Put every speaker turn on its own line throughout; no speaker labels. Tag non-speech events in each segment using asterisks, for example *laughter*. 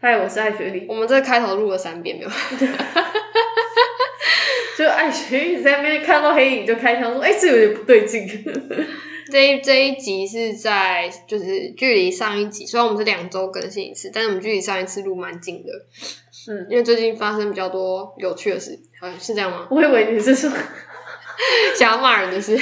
嗨，我是艾雪莉。
我们这开头录了三遍没有？
就艾雪莉在那边看到黑影就开枪说：“哎、这有点不对劲。
这一这一集是在就是距离上一集，虽然我们是两周更新一次，但是我们距离上一次录蛮近的，”
嗯，
因为最近发生比较多有趣的事，好像是这样吗？
我以为你是说
想要骂人的事，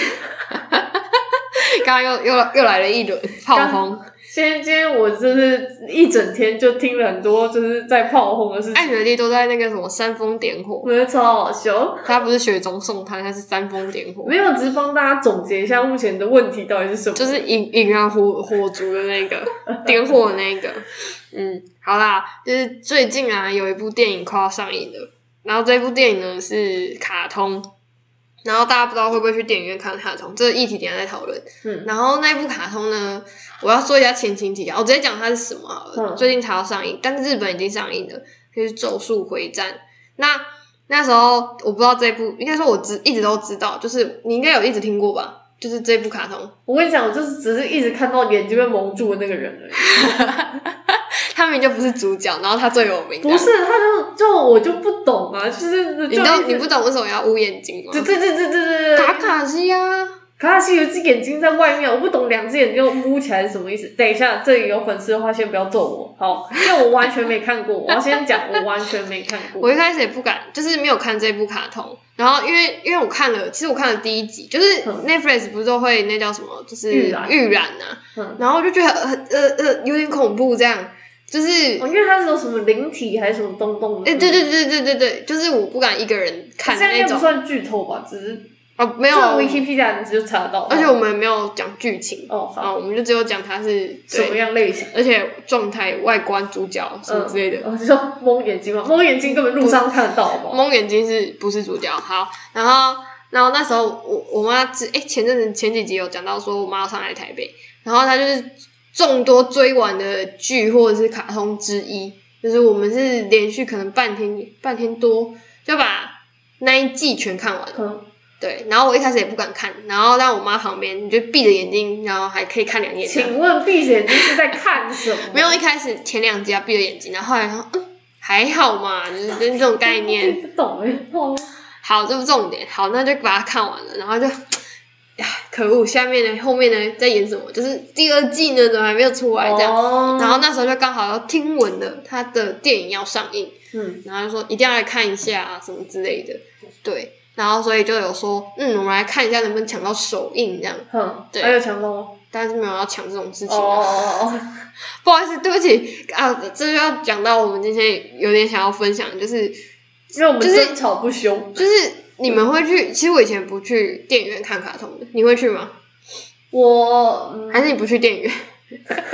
*laughs* 刚刚又又又来了一轮炮轰。
今天今天我就是一整天就听了很多就是在炮轰的事情，
艾美丽都在那个什么煽风点火，
我觉得超好笑。
她不是雪中送炭，她是煽风点火
没，有，只是帮大家总结一下目前的问题到底是什么。
就是引引燃火火烛的那个点火的那个。嗯，好啦，就是最近啊有一部电影快要上映了，然后这部电影呢是卡通。然后大家不知道会不会去电影院看卡通，这个议题等一下再讨论。
嗯
然后那部卡通呢，我要说一下前情提要，我直接讲它是什么好了。
嗯
最近才要上映，但是日本已经上映了，就是《咒术回战》。那那时候我不知道这部，应该说我知一直都知道，就是你应该有一直听过吧？就是这部卡通，
我跟你讲，我就是只是一直看到眼睛被蒙住的那个人而已。
他明明就不是主角，然后他最有名。
不，是，他就就我就不懂啊，就是就
你知道
一直
你不懂为什么要捂眼睛吗
对？对对对对对对，
卡卡西啊呀、
可他是有一只眼睛在外面，我不懂两只眼睛又眯起来是什么意思。等一下，这里有粉丝的话，先不要揍我，好，因为我完全没看过。我要先讲，我完全没看
*laughs*
过。
我一开始也不敢，就是没有看这部卡通。然后因为因为我看了，其实我看了第一集，就是
嗯
Netflix 不是都会那叫什么，就是
预览
预览啊，
嗯，
然后我就觉得很呃呃有点恐怖，这样就是
哦因为它是有什么灵体还是什么东东的。
哎、对对对对对对，就是我不敢一个人
这
看
样应
那
该不
种
算剧透吧？只是
啊，没有，
嗯这 Wikipedia 你就查得到。
而且我们没有讲剧情
哦好，
啊，我们就只有讲它是
什么
对，
样类型？
而且状态、外观、主角什么之类的。
嗯，我就说蒙眼睛嘛，蒙眼睛根本路上看得到，好不好？
蒙眼睛是不是主角？好，然后然后那时候我我妈之哎、前阵子前几集有讲到说我妈要上来台北，然后她就是众多追完的剧或者是卡通之一，就是我们是连续可能半天半天多就把那一季全看完了。
嗯，
对，然后我一开始也不敢看，然后让我妈旁边，你就闭着眼睛，然后还可以看两眼这样。
请问闭着眼睛是在看什么？
没有一开始前两集要闭着眼睛，然后后来说嗯还好嘛，就是就是这种概念。
不懂哎，哦
好，这不重点。好，那就把它看完了，然后就，唉可恶，下面呢，后面呢在演什么？就是第二季呢，怎么还没有出来？这样。
哦
然后那时候就刚好要听闻了他的电影要上映，
嗯，
然后就说一定要来看一下啊，什么之类的。对，然后所以就有说，嗯，我们来看一下能不能抢到首映这样，
哼，
对
还有强盗吗？
但是没有要抢这种事情、啊。
哦哦
不好意思，对不起啊，这就要讲到我们今天有点想要分享，就是
*laughs* 因为我们
就是
争吵不休。
就是你们会去，其实我以前不去电影院看卡通的，你会去吗？
我嗯
还是你不去电影院？ *laughs*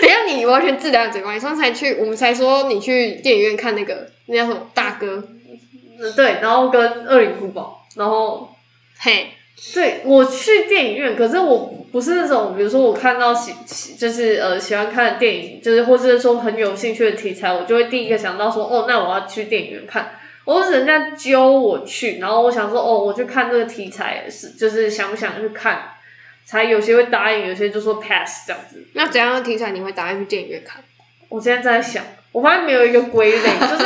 等一下你完全自打嘴巴，你上次才去，我们才说你去电影院看那个那叫什么大哥，
对，然后跟《恶灵古堡》，然后
嘿，
对我去电影院，可是我不是那种，比如说我看到喜喜就是呃喜欢看的电影，就是或者是说很有兴趣的题材，我就会第一个想到说，哦，那我要去电影院看。我是人家揪我去，然后我想说，哦，我去看这个题材是就是想不想去看，才有些会答应，有些就说 pass 这样子。
那怎样的题材你会打算去电影院看？
我现在在想，我发现没有一个归类，就是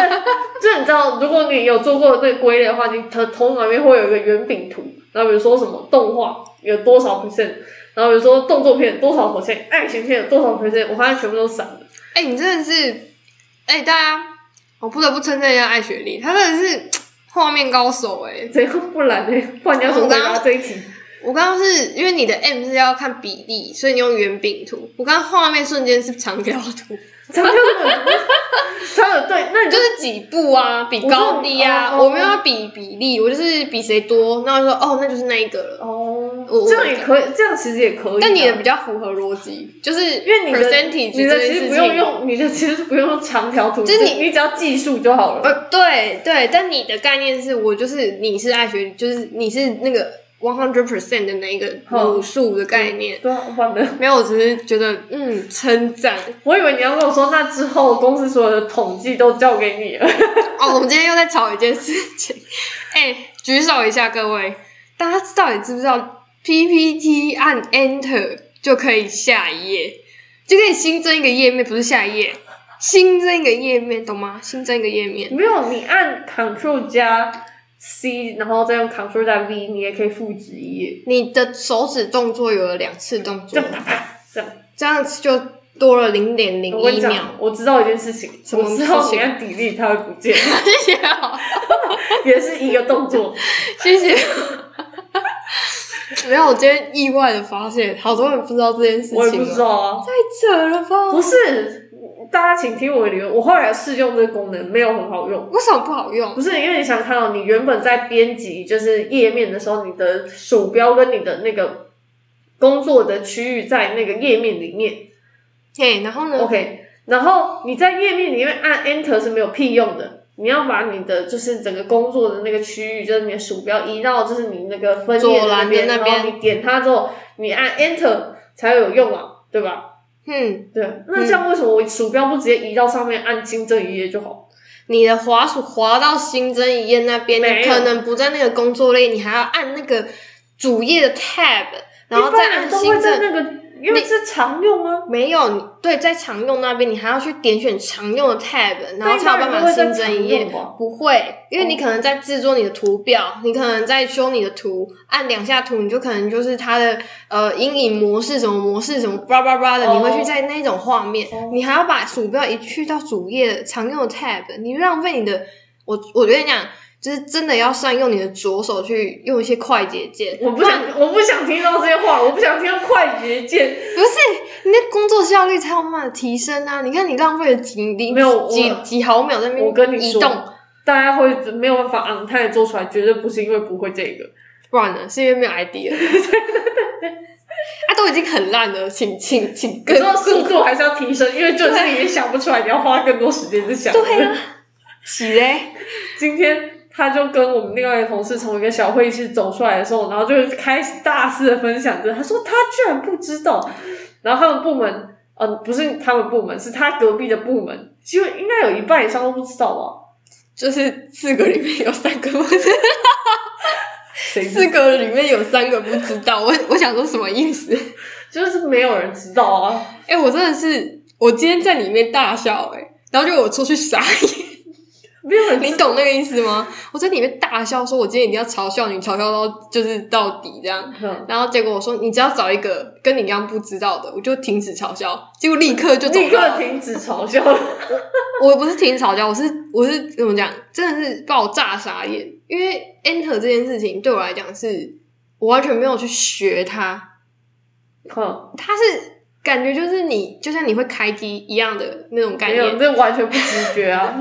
就是你知道，如果你有做过那个归类的话，你头头脑里面会有一个圆饼图，然后比如说什么动画有多少 percent，然后比如说动作片有多少 percent，爱情片有多少 percent，我发现全部都散了。
哎、你真的是，哎、大家，我不得不称赞一下艾雪莉，她真的是画面高手哎、
怎样不然呢？不然你要怎么回答这一题？
我刚刚是因为你的 M 是要看比例，所以你用圆饼图，我刚刚画面瞬间是长条图，
长条什么？长条对，那
*laughs*
你
就
就是
几步啊，比高低啊，
我知哦道
我没有要比比例，我就是比谁多，那我就说哦，那就是那一个了。
哦
我，
这样也可以，这样其实也可以啊。
但你的比较符合逻辑，就是
因为你的
percentage
你的
这件
其实
事
不用
情，
用，你的其实不用用长条图，
就是
你你只要计数就好了。
呃，对对，但你的概念是我就是你是爱学，就是你是那个 one hundred percent 的那一个
哦
母数的概念。
对啊，完了。
没有，我只是觉得嗯，称赞
我以为你要跟我说，那之后公司所有的统计都交给你了。 *laughs*
*laughs* 哦。我们今天又在吵一件事情，哎、举手一下各位，大家到底知不知道 PPT 按 Enter 就可以下一页，就可以新增一个页面，不是下一页，新增一个页面，懂吗？新增一个页面，
没有，你按 Ctrl 加 C，然后再用 Ctrl 加 V，你也可以复制一页，
你的手指动作有了两次动
这
作
样，啪啪这样。
这样子就多了零点零
我跟你
一
讲
秒。，
我知道一件事情，
什么
我知道
事情
你按底力它会不
*laughs*
见，
谢谢啊，
也是一个动作。
谢谢。哦 *laughs* 没有，我今天意外的发现，好多人不知道这件事情。
我也不知，道啊，
太扯了吧？
不是，大家请听我的理由。我后来试用这个功能，没有很好用。
为什么不好用？
不是因为你想看到、你原本在编辑就是页面的时候，你的鼠标跟你的那个工作的区域在那个页面里面
嘿，然后呢？
，OK。然后你在页面里面按 Enter 是没有屁用的，你要把你的就是整个工作的那个区域，就是你的鼠标移到就是你那个分页
左
那
栏的
边，
那
然后你点它之后，你按 Enter 才有用啊，对吧？
嗯，
对，那这样为什么我鼠标不直接移到上面按新增一页就好？
你的滑鼠滑到新增一页那边，
没
你
有
可能不在那个工作类，你还要按那个主页的 tab，然后再按
一般人都会
新
在
增。
那个，因为是常用啊，
没有，你对，在常用那边你还要去点选常用的 tab，然后才有办法新增一页。
吧。
不会，因为你可能在制作你的图
哦
表，你可能在修你的图，按两下图，你就可能就是它的呃阴影模式什么模式什么叭叭叭的，
哦
你会去在那种画面，
哦
你还要把鼠标一去到主页常用的 tab，你浪费你的，我我跟你讲，就是真的要善用你的左手去用一些快捷键，
我不想，我不想听到这些话，我不想听到快捷键。
不是，你的工作效率才有慢慢的提升啊！你看你浪费了几厘
没有
几
我
几毫秒在那边
我跟你
嗯移
说
动，
大家会没有办法昂泰做出来，绝对不是因为不会这个。
不然呢？是因为没有 idea。啊，都已经很烂了，请请请
可
更
是速度还是要提升，因为就是你也想不出来，你要花更多时间去想。
对啊，起嘞！
*laughs* 今天他就跟我们另外一个同事从一个小会议室走出来的时候，然后就开始大肆的分享着，他说他居然不知道，然后他们部门，嗯、不是他们部门，是他隔壁的部门，就应该有一半以上都不知道吧？
就是四个里面有三个不知，
谁知
四个里面有三个不知道。我我想说什么意思？
就是没有人知道啊？
哎、我真的是，我今天在里面大笑哎、然后就我出去傻眼，
没有人知
你懂那个意思吗？我在里面大笑，说我今天一定要嘲笑你，嘲笑到就是到底这样。
嗯
然后结果我说，你只要找一个跟你一样不知道的，我就停止嘲笑，结果立 *laughs* 刻就找
立
到了
刻停止嘲笑了。
我不是停吵架，我是我是怎么讲，真的是把我炸傻眼。因为 enter 这件事情对我来讲是，我完全没有去学它，
哼，
它是感觉就是你就像你会开机一样的那种概
没
念
有，。这完全不直觉啊！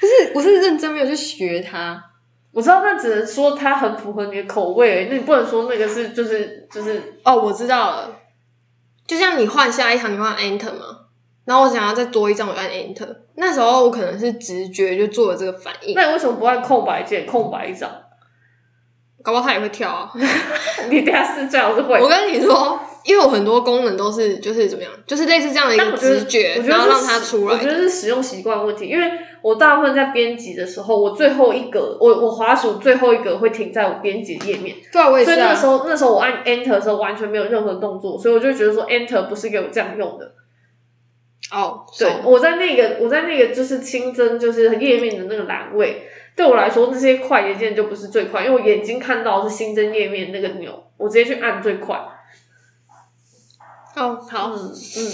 不是，我是认真没有去学它。
我知道，那只能说它很符合你的口味而已，那你不能说那个是就是就是
哦，我知道了，就像你换下一行，你换 enter 嘛，然后我想要再多一张，我就按 enter。那时候我可能是直觉就做了这个反应，
那你为什么不按空白键空白一张？
搞不好它也会跳啊。
*laughs* 你等一下是最好是会
我，跟你说，因为我很多功能都是就是怎么样，就是类似这样的一
但
个
我觉得
直觉
我，觉得
然后
是
让它出
我觉
来。
得是使用习惯问题，因为我大部分在编辑的时候，我最后一格，我我滑鼠最后一格会停在我编辑的页面，
对啊，我也
所以
是
那时
啊。
候那时候我按 Enter 的时候完全没有任何动作，所以我就觉得说 Enter 不是给我这样用的。
哦，
对
手，
我在那个我在那个就是新增就是页面的那个栏位，对我来说那些快捷键就不是最快，因为我眼睛看到的是新增页面那个钮，我直接去按最快。
哦，好，
嗯嗯。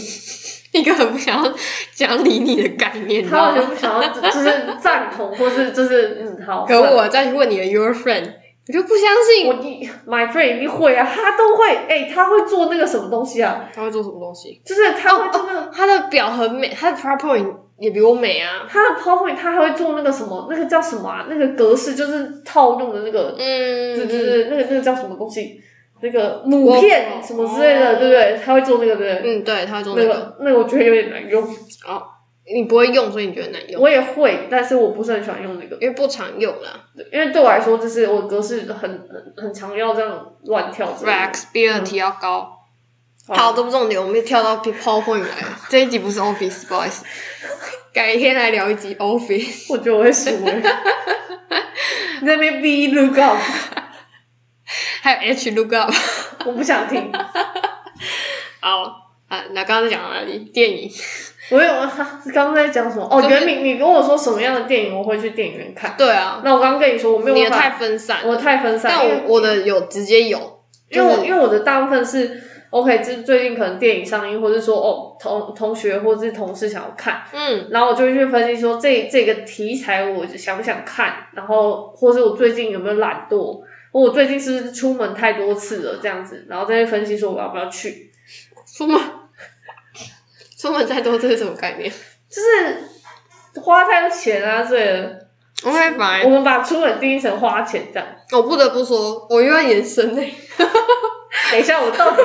一个很不想要讲理你的概念，你知
嗯他
道
完全
吗？
不想要，就是赞同，或是就是嗯好。
可
算了
我再去问你的 your friend，你就不相信
我。一 my friend 一定会啊，他都会，哎、他会做那个什么东西啊？
他会做什么东西？
就是他会做那个、
他的表很美，他的 PowerPoint 也比我美啊。
他的 PowerPoint，他还会做那个什么，那个叫什么啊？那个格式就是套用的那个，
嗯，
对对对，那个那个叫什么东西？那个母
我
片什么之类的，
哦
对不对？他会做那个，对不对？
嗯，对，他会做
那
那个。哦
个那个我觉得有点难用，
你不会用，所以你觉得难用，
我也会，但是我不是很喜欢用那个，
因为不常用啦。
因为对我来说，就是我格式很很很常要这样乱跳之类的。
Flexibility 要高。好，
好
这不重点，我们跳到 PowerPoint 来了。哦 *laughs* 这一集不是 Office，不好意思，改天来聊一集 Office。
我觉得我会输了。你在那边逼 look up，
*laughs* 还有 H Lookup。
我不想听。
好啊，那刚刚在讲到哪里？电影。
我有啊，刚刚在讲什么？哦，
就是
原名，你跟我说什么样的电影我会去电影院看？
对啊，
那我刚刚跟你说我没有
你的
办法，
太分散，
我太分散，
但
因为
我我的有直接有，
因为
就
我
是
因为我的大部分是 OK，这最近可能电影上映，或是说哦同同学或是同事想要看，
嗯
然后我就会去分析说这这个题材我想不想看，然后或是我最近有没有懒惰，或我最近是不是出门太多次了这样子，然后再去分析说我要不要去，
出门 *laughs* 出门再多这是什么概念
就是花太多钱啊之类的。
？OK，反
我们把出门定义成花钱这样。
我不得不说，我又要延伸欸嘞、
*laughs* 等一下，我到底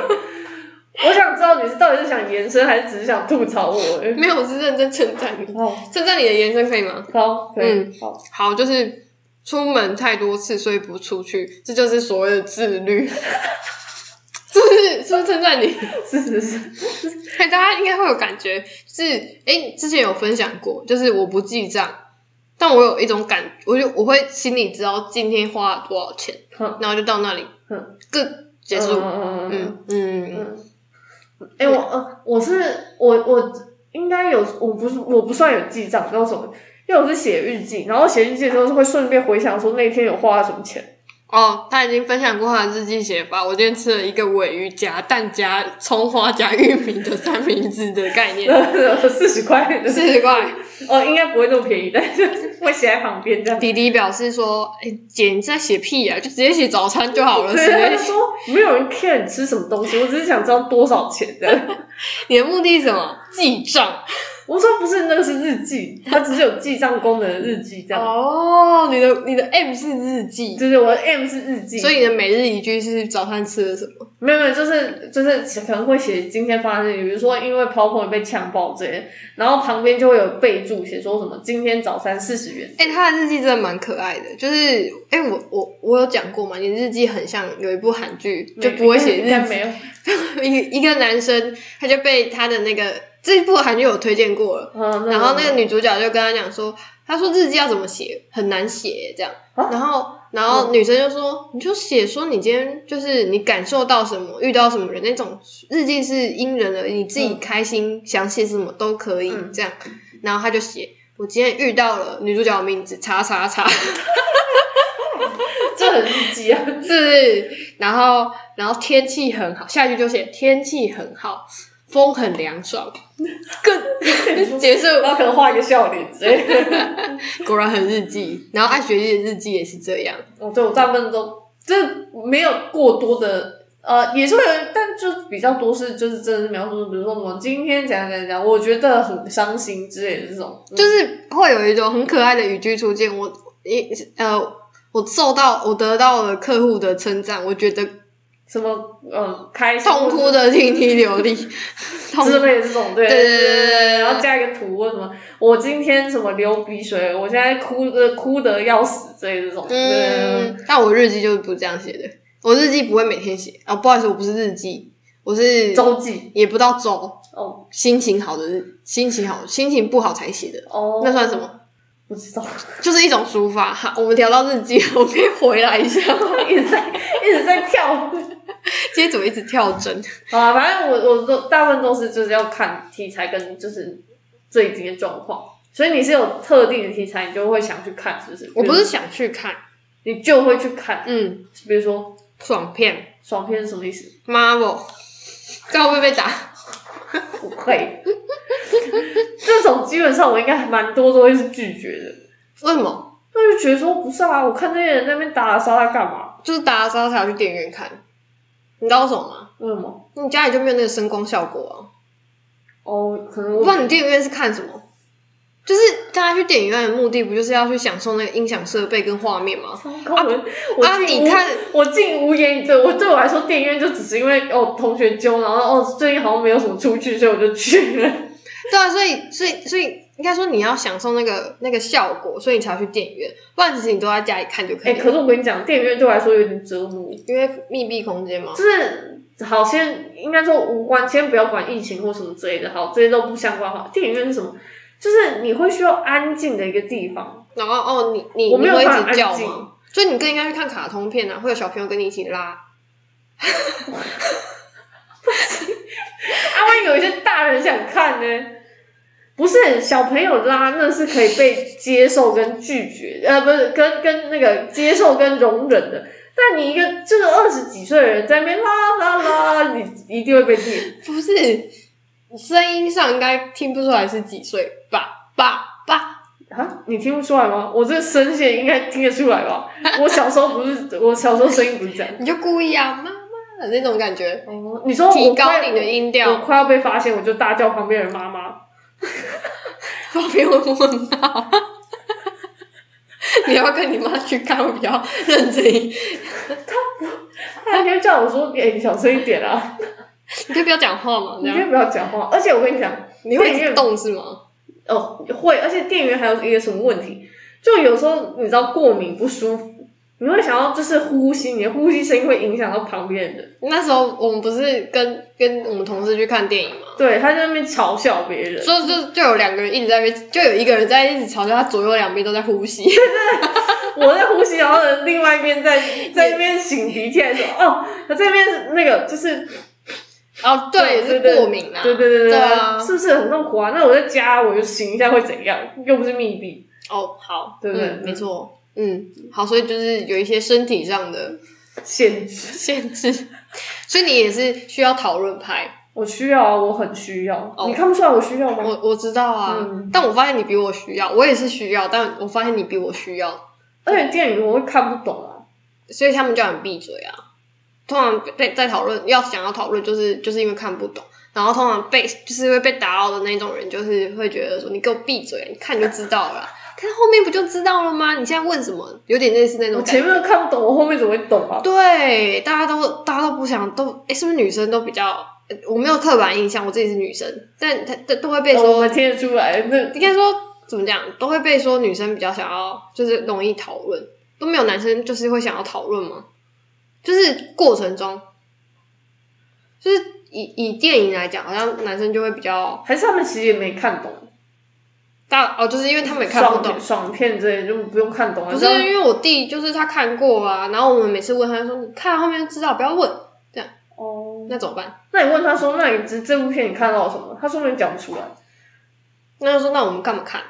我想知道你是到底是想延伸还是只是想吐槽我？欸
没有，我是认真称赞你，
哦，
称赞你的延伸可以吗？
好，可以，
嗯
好。
好，就是出门太多次，所以不出去，这就是所谓的自律。 *laughs* 是不是？是不是称赞你？ *laughs*
是是是，
嘿，大家应该会有感觉，就是哎、诶之前有分享过，就是我不记账，但我有一种感，我就我会心里知道今天花了多少钱，
哼
然后就到那里
嗯，
个结束。
嗯嗯嗯
嗯嗯，
嗯。哎、我呃，我是我我应该有，我不是我不算有记账，知道什么？因为我是写日记，然后写日记的时候会顺便回想说那天有花了什么钱。
哦，他已经分享过他的日记写法。我今天吃了一个尾鱼夹蛋夹葱花夹玉米的三明治的概念，
*laughs* 四十块，
嗯四十块。
哦，应该不会那么便宜，但是会写在旁边
*laughs*
这样。
弟弟表示说：“哎、姐，你在写屁啊呀、就直接写早餐就
*laughs*
好了。
所以他
谁
就说没有人 care 你吃什么东西，我只是想知道多少钱的。
你的目的是什么？记账
我说不是，那个是日记，它只是有记账功能的日记这样。
哦。你的你的 M 是日记，
就是我的 M 是日记，
所以你的每日一句是早餐吃了什么？
没有没有，就是就是可能会写今天发生的事情，比如说因为 PowerPoint 被呛爆这些，然后旁边就会有备注写说什么今天早餐四十元，
哎、他的日记真的蛮可爱的，就是哎、我我我有讲过嘛，你的日记很像有一部韩剧，就不会写
应该
日
没
记。*laughs*
有，
一一个男生他就被他的那个这部韩剧有推荐过了，
嗯，
然后那个
个
女主角就跟他讲说，他说日记要怎么写，很难写这样。
啊嗯
然后，然后女生就说，你就写说你今天就是你感受到什么，遇到什么人那种日记是因人而异，你自己
嗯
开心、想写什么都可以、
嗯
这样。然后他就写，我今天遇到了女主角的名字，叉叉
*laughs*
叉，
这很日
*laughs*
记啊，
是不是？然后，然后天气很好，下一句就写天气很好，风很凉爽，更结束。 *laughs*
然后可能画一个笑脸之类的。
果然很日记，然后爱学习的日记也是这样。
哦，对，我大部分都这没有过多的，呃，也是会有，但就比较多是就是真的是描述，比如说我今天怎样怎样怎样，我觉得很伤心之类的这种，嗯
就是会有一种很可爱的语句出现。我一呃，我受到我得到了客户的称赞，我觉得
什么嗯开心
痛哭
*laughs*
的涕涕流涕，痛
之类的这种，对
对对
对
对对对
然后加一个图，为什么我今天什么流鼻水，我现在哭的哭的要死之类的这种，对，
嗯，但我日记就是不这样写的，我日记不会每天写啊，不好意思，我不是日记，我是
周记
也不到周，
哦
心情好的日，心情好，心情不好才写的，
哦，
那算什么？
不知道，
就是一种抒发。哈，我们聊到日记，我可以回来一下， *laughs*
一直在一直在跳。
今天怎么一直跳针？
好啊，反正我我都大部分都是就是要看题材跟就是最近的状况，所以你是有特定的题材，你就会想去看，是不是？
我不是想去看，
你就会去看，
嗯，
比如说
爽片。
爽片是什么意思？
Marvel，这样会不会被打？
不会， *laughs* 这种基本上我应该还蛮多都会是拒绝的。
为什么？
那就觉得说不是啊，我看那些人在那边打打杀杀干嘛？
就是打了之后才要去电影院看，你知道为什么吗？
为什么？
你家里就没有那个声光效果啊！
哦，可能
我不知
我
道你电影院是看什么，就是大家去电影院的目的不就是要去享受那个音响设备跟画面吗？
高文，我
啊，
竟
你
无
看，
我竟无言以对。我对我来说，电影院就只是因为哦同学揪，然后哦最近好像没有什么出去，所以我就去了。
对啊，所以所以所以应该说你要享受那个那个效果，所以你才要去电影院，不然其实你都在家里看就可
*laughs* 哎、
以了，
可是我跟你讲，电影院对我来说有点折磨，
因为密闭空间嘛
就。是好先应该说无关，先不要管疫情或什么之类的，好这些都不相关哈。电影院是什么？就是你会需要安静的一个地方。
然后哦，你你
我没
你
有
会一
办法
直叫
安静
吗？所以你更应该去看卡通片啊，会有小朋友跟你一起拉。
啊，万一有一些大人想看呢？不是小朋友拉，那是可以被接受跟拒绝，呃，不是跟跟那个接受跟容忍的。但你一个就是二十几岁的人在那边啦啦啦，你一定会被电。
不是，声音上应该听不出来是几岁吧？爸爸，
啊，你听不出来吗？我这声线应该听得出来吧？我小时候不是，我小时候声音不是这样。
你就故意啊，妈妈的那种感觉，
哦，你说我
提高
快
你的音
我
调，
快要被发现，我就大叫旁边人妈妈。
旁边会问到。 *laughs* 你要跟你妈去看，我比较认真一点，
他应该叫我说：“哎、你小声一点啊，
你就不要讲话嘛， *laughs* 这
你先
样
不要讲话。”而且我跟你讲，
你会一直动是吗？
哦，会，而且店员还有一个什么问题，就有时候你知道过敏不舒服，你会想要就是呼吸，你的呼吸声音会影响到旁边人，
那时候我们不是跟跟我们同事去看电影吗？
对，他在那边嘲笑别人，
所以就就有两个人一直在被，就有一个人在一直嘲笑他左右两边都在呼
*laughs*
吸，
我在呼吸，然后人另外
*laughs*
一边在在那边擤鼻涕，还说哦，他这边那个就是
然后哦对也是过敏啊，
对对对
对啊
啊，是不是很痛苦啊？那我在家我就擤一下会怎样？又不是密闭，
哦，好，
对不对
嗯没错，嗯，好，所以就是有一些身体上的
限制，
限制， *laughs* 所以你也是需要讨论派。
我需要啊，我很需要，
哦
你看不出来我需要吗？
我我知道啊，
嗯
但我发现你比我需要，我也是需要，但我发现你比我需要，
而且电影我会看不懂啊。
所以他们叫你闭嘴啊。通常被在讨论，要想要讨论，就是就是因为看不懂，然后通常被就是会被打扰的那种人，就是会觉得说你给我闭嘴，你看你就知道了啊、看后面不就知道了吗？你现在问什么？有点类似那种
我
感觉。
前面都看不懂，我后面怎么会懂啊？
对，大家都大家都不想都，哎、是不是女生都比较？呃我没有刻板印象，我自己是女生，但她都都会被
哦我
说，
们听得出来，那
应该说怎么讲，都会被说女生比较想要，就是容易讨论，都没有男生就是会想要讨论吗？就是过程中，就是以以电影来讲，好像男生就会比较
还是他们其实也没看懂，
大哦，就是因为他们也看不懂
爽，爽片之类的就不用看懂了。啊
不是
这
因
样
为我弟就是他看过啊，然后我们每次问他说，你看后面就知道，不要问，
哦，
那怎么办？
那你问他说，那你这这部片你看到了什么？他说你讲不出来。
那就说那我们干嘛
*laughs*
看？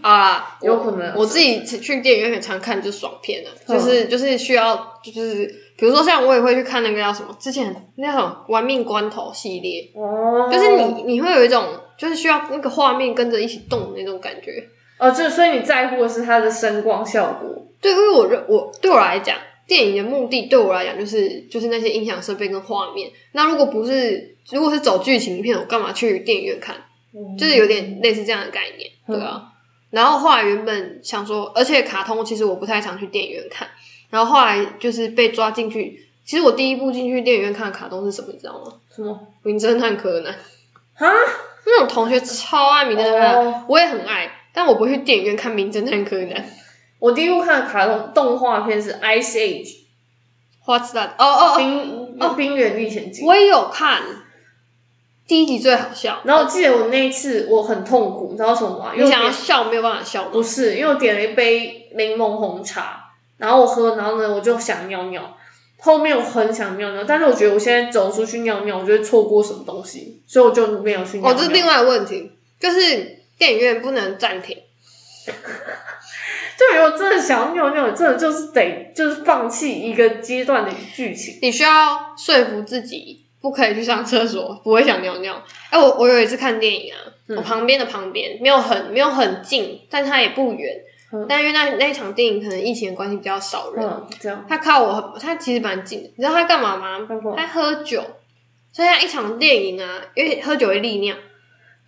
啊，
有可能
我我自己去电影院很常看就是爽片的、
嗯
就是就是需要就是，比如说像我也会去看那个叫什么，之前那种《玩命关头》系列，
哦，
就是你你会有一种就是需要那个画面跟着一起动的那种感觉。
哦，就是所以你在乎的是它的声光效果。
对，因为我认我对我来讲，电影的目的对我来讲就是就是那些音响设备跟画面。那如果不是如果是走剧情片，我干嘛去电影院看？嗯就是有
嗯
点类似这样的概念，对啊。然后后来原本想说，而且卡通其实我不太常去电影院看，然后后来就是被抓进去。其实我第一部进去电影院看的卡通是什么，你知道吗？
什么
《名侦探柯南》。
啊？
那种同学超爱《名侦探柯南》
哦
我也很爱，但我不会去电影院看《名侦探柯南》。
我第一部看的卡通动画片是《Ice Age》
What's that？哦哦哦，
冰哦冰原历险记。
我也有看，第一集最好笑。
然后我记得我那一次我很痛苦，你知道什么吗？因为
你
我
想要
点嗯
笑没有办法笑
不
吗？
是，因为我点了一杯柠檬红茶，然后我喝，然后呢，我就想尿尿。后面我很想尿尿，但是我觉得我现在走出去尿尿，我就会错过什么东西，所以我就没有去尿
哦，
尿。
这是另外的问题，就是电影院不能暂停。
就如果真的想要尿尿，真的就是得就是放弃一个阶段的剧情。
你需要说服自己不可以去上厕所，不会想尿尿。哎、我我有一次看电影啊，
嗯
我旁边的旁边没有很没有很近，但它也不远。
嗯
但因为那那一场电影可能疫情的关系比较少人，
嗯，这样。
他靠我很，他其实蛮近的。你知道他干嘛吗？
干嘛
他喝酒，所以他一场电影啊，因为喝酒会利尿，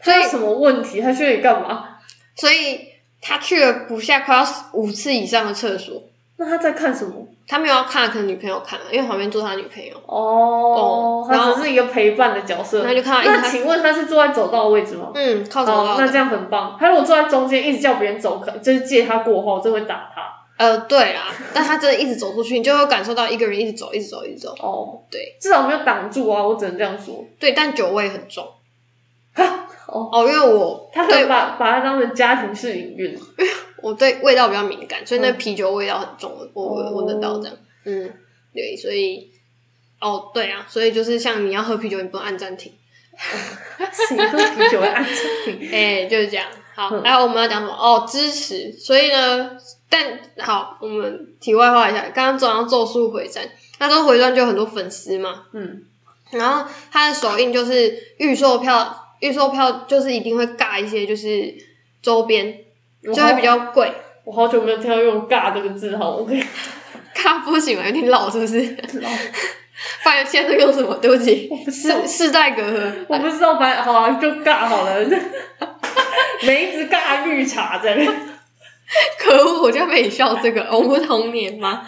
所
他
以
有什么问题？他去你干嘛？
所以他去了不下快要五次以上的厕所。
那他在看什么？
他没有要看，可能女朋友看了，啊因为旁边坐他女朋友。
哦
哦，然
他
后
只是一个陪伴的角色。
那就看到一
那
台
请问他是坐在走道的位置吗？
嗯，靠走
哦
到，的
那这样很棒。他如果坐在中间一直叫别人走，可就是借他过后，我真的会打他。
呃，对啦，但他真的一直走出去，你就会感受到一个人一直走，一直走，一直走。
哦，
对，
至少没有挡住啊，我只能这样说。
对，但酒味很重。
*laughs* 哦，
哦，因为我
他可以
对
把把它当成家庭式影院。
我对味道比较敏感，所以那
嗯哦
啤酒味道很重，我我我闻得到这样。
*laughs*
嗯，对，所以哦，对啊，所以就是像你要喝啤酒，你不能按暂停。
谁喝啤酒会按暂停？
哎、就是这样。好，
嗯
然后我们要讲什么？哦，支持。所以呢，但好，我们题外话一下，刚刚讲到《咒术回战》，那《咒术回战》就有很多粉丝嘛，
嗯，
然后它的首映就是预售票，预售票就是一定会尬一些，就是周边
我
就会
好
比较贵。 *laughs*
我好久没有听到用“尬”这个字哈，我可以
尬不行了，啊有点老是不是？ *laughs*
知道，
不然现在都用什么？对不起，
不知道
世世代隔阂。
我不知道白，好啊，就尬好了， *laughs* 梅子尬绿茶这样。
*laughs* 可恶，我就没笑这
*laughs*
个，我们童年吗？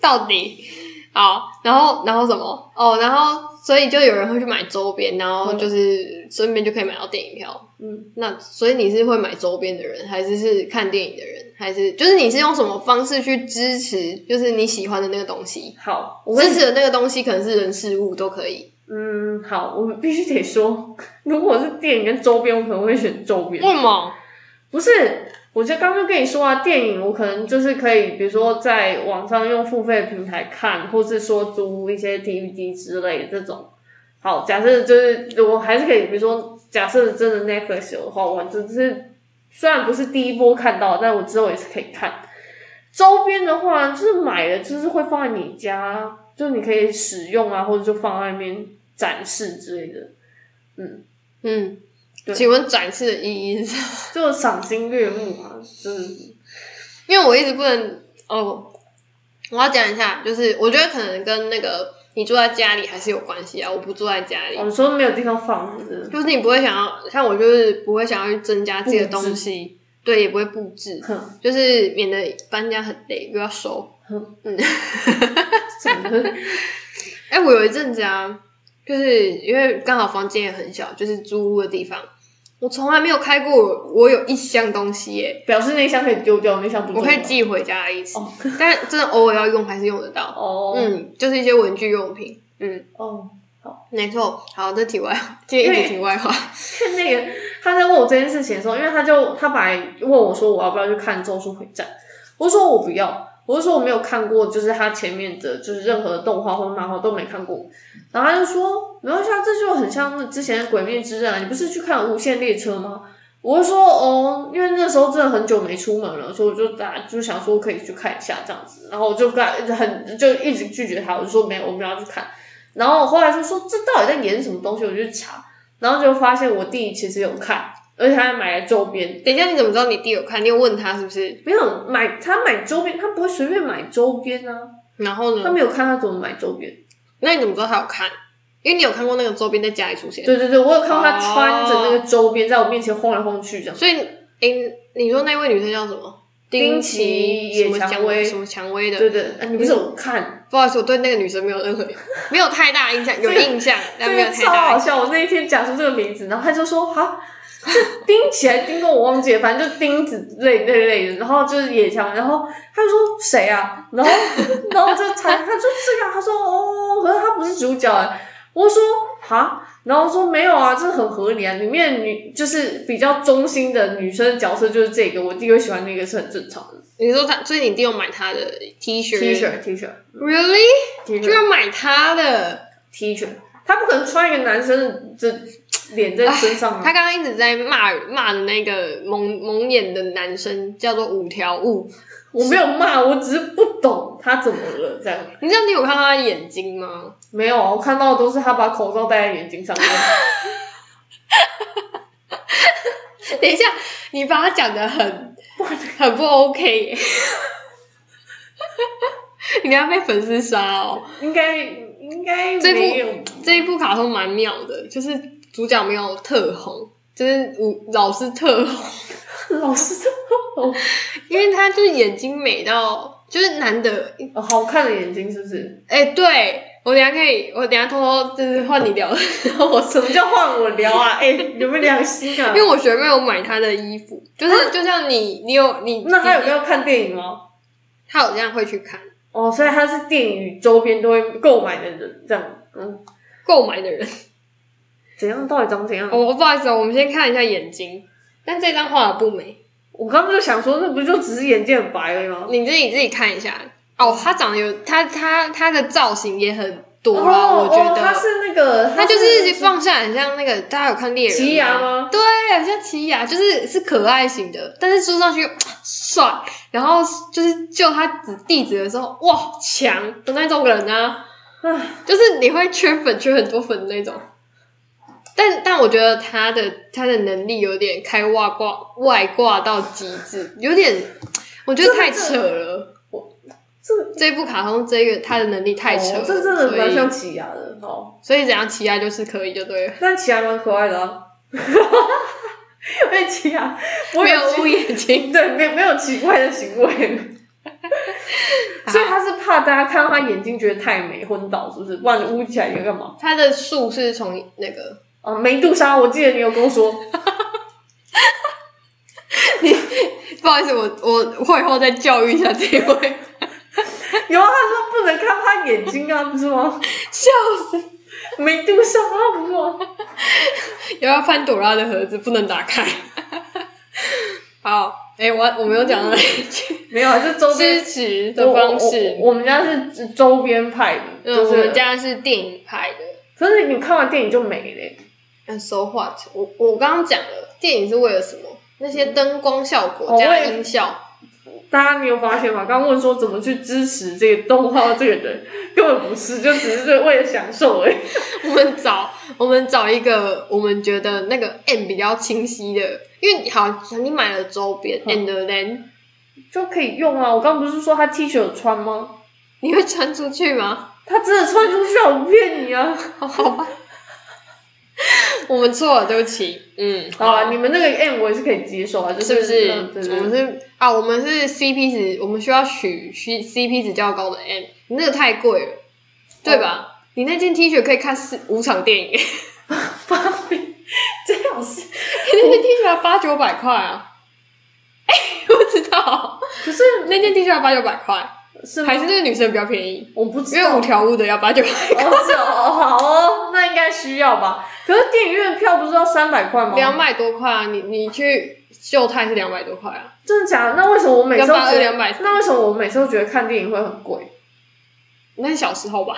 到底好，然后然后什么？哦，然后所以就有人会去买周边，然后就是顺便就可以买到电影票。
嗯，
那所以你是会买周边的人，还是是看电影的人，还是就是你是用什么方式去支持，就是你喜欢的那个东西？
好，我跟
支
你
持的那个东西可能是人事物都可以。
嗯，好，我必须得说，如果是电影跟周边，我可能会选周边。
为什么？
不是，我就刚刚就跟你说啊，电影我可能就是可以，比如说在网上用付费平台看，或是说租一些 DVD 之类的这种。好，假设就是我还是可以，比如说假设真的 Netflix 有的话，我只是虽然不是第一波看到，但我之后也是可以看。周边的话，就是买了就是会放在你家，就你可以使用啊，或者就放在那边展示之类的。
嗯，
对
请问展示的意义是什么？
就赏心悦目啊，就是
因为我一直不能哦，我要讲一下，就是我觉得可能跟那个你住在家里还是有关系啊。我不住在家里，
我们哦说没有地方放，就是
就是你不会想要，像我就是不会想要去增加自己的东西，对，也不会布置，
哼，
就是免得搬家很累又要收。
哼
嗯，
*laughs* 真的，
哎、我有一阵子啊，就是因为刚好房间也很小，就是租屋的地方，我从来没有开过我我有一箱东西耶、
表示那箱可以丢掉，那箱不
我可以
丢
寄回家的意思，
哦
*laughs* 但真的偶尔要用还是用得到。
哦，
嗯，就是一些文具用品。嗯，
哦，
没错。好，这题外
*laughs*
话，今天一直题外话。
看那个他在问我这件事情的时候，因为他就他本来问我说我要不要去看《咒术回战》，我就说我不要，我就说我没有看过，就是他前面的就是任何动画或漫画都没看过，然后他就说没关系，啊，这就很像那之前的《鬼灭之刃》啊，你不是去看《无限列车》吗？我就说哦，因为那时候真的很久没出门了，所以我就打就想说可以去看一下这样子，然后我就跟他很就一直拒绝他，我就说没有，我们要去看。然后后来就说这到底在演什么东西，我就去查，然后就发现我弟其实有看，而且他还买了周边，
等一下，你怎么知道你弟有看？你有问他是不是？
没有买他买周边，他不会随便买周边啊，
然后
他
呢？
没有看他怎么买周边。
那你怎么知道他有看？因为你有看过那个周边在家里出现，
对对对，我有看到他穿着那个周边在我面前晃来晃去这样。
所以，诶、你说那位女生叫什么？
丁
奇
奇
什么
野蔷
蔷
薇
什么蔷薇的？
对对，啊你不是有看？
不好意思，我对那个女生没有任何 *laughs* 没有太大印
*laughs*
象，有印象，但
这
没有
个
太
超
大
好
印象。
笑！我那一天讲出这个名字，然后他就说哈，这钉起来钉过我忘记了，反正就钉子类那类的，然后就是野强，然后他就说谁啊？然后 *laughs* 然后就才他说这个啊，他说哦，可是他不是主角啊。我说哈，然后说没有啊，这很合理啊，里面女就是比较中心的女生角色就是这个，我弟会喜欢那个是很正常的。
你说他，所以你弟有买他的 T
T
恤
恤 T 恤
Really？
T
居
恤
然买他的？
T 恤，他不可能穿一个男生的这脸在身上啊。
他刚刚一直在骂骂的那个蒙蒙眼的男生叫做五条悟，
我没有骂，我只是不懂他怎么了这样。
你知道你有看到他的眼睛吗？
没有啊，我看到的都是他把口罩戴在眼睛上
*laughs*
面。
等一下，你把他讲的很很不 OK，耶 *laughs* 你要被粉丝杀哦。
应该应该
这部
没有。
这一部卡通蛮妙的，就是主角没有特红，就是五老是特红，
老师这么
因为他就是眼睛美到就是难得，
哦好看的眼睛是不是？
哎、对我等一下可以，我等一下偷偷就是换你聊，然后我
什么叫换我聊
*laughs*
啊？哎、你们良心啊
因！为我学妹有买她的衣服，就是就像你，你有你，
那他有没
有？
有看电影吗？
她好像会去看
哦，所以他是电影与周边都会购买的人，这样，嗯，
购买的人。
怎样？到底长怎样？
哦，不好意思哦，我们先看一下眼睛，但这张画的不美，
我刚刚就想说，那不就只是眼睛很白而已吗？
你自己自己看一下。哦，她长得有她她她的造型也很多啦，我
哦
觉
哦
得。
他是那个，
它
他
就是放下很像那个，大家有看猎人
奇牙？吗？
对，很像奇亚，就是是可爱型的，但是说上去又帅，然后就是救他子弟子的时候，哇，强的那种人啊，
唉
就是你会圈粉，圈很多粉的那种。但但我觉得他的他的能力有点开外挂外挂到极致，有点我觉得太扯了。
这
这一部卡通这个他的能力太扯了，
哦这真的蛮
所以
像奇牙的哦。
所以怎样奇亚就是可以就对了，
但奇牙蛮可爱的 *laughs* 啊，因为奇牙我
没
有
有
奇
捂眼睛。
*laughs* 对，没有没有奇怪的行为，
*laughs*
所以他是怕大家看到他眼睛觉得太美昏倒，是不是？不然你捂起来你要干嘛？
它的树是从那个，
哦，梅杜莎，我记得你有跟我说，
*laughs*
*laughs*
不好意思，我我会后再教育一下这一位，
有啊，他说不能看他眼睛啊，不是吗？
笑死！
梅杜莎啊，不是吗？
有要潘朵拉的盒子不能打开。好，哎、我我没有讲到哪里去，
没有啊， *laughs* 是周边
支持
我
的方式，
我我我们家是周边派的，就
嗯，
是
我们家是电影拍的。
可是你看完电影就没嘞、
嗯，so what？我我刚刚讲了，电影是为了什么？那些灯光效
哦
果
我
加
也
音效，
大家你有发现吗？刚问说怎么去支持这个动画这个人，根本不是，就只是为了享受而已。
*laughs* 我们找我们找一个我们觉得那个 M 比较清晰的，因为好，你买了周边、
嗯
and then
就可以用啊！我刚不是说他 T 恤有穿吗？
你会穿出去吗？ *laughs*
他真的穿出去啊，我不骗你啊！
好吧，我们错了，对不起。嗯，
好啊，你们那个 M 我也是可以接受啊，就是
不是？
嗯对对
我们
对
是啊，我们是 CP 值，我们需要取需 CP 值较高的 M，你那个太贵了，对
哦
吧？你那件 T 恤可以看四五场电
*laughs*
影，你
发病这样是，
那件 T 恤要八九百块啊！哎、我知道，
可是
那件 T 恤要八九百块，
是吗
还是那个女生比较便宜，
我不知
因
道
为五条悟的要八九百。
哦是哦哦好哦，那应该需要吧？可是电影院票不是要三百块吗？
两百多块啊！你你去秀泰是两百多块啊，
真的假的？那为什么我每次都觉得
220 230
那为什么我每次都觉得看电影会很贵？
那是小时候
*laughs*
吧。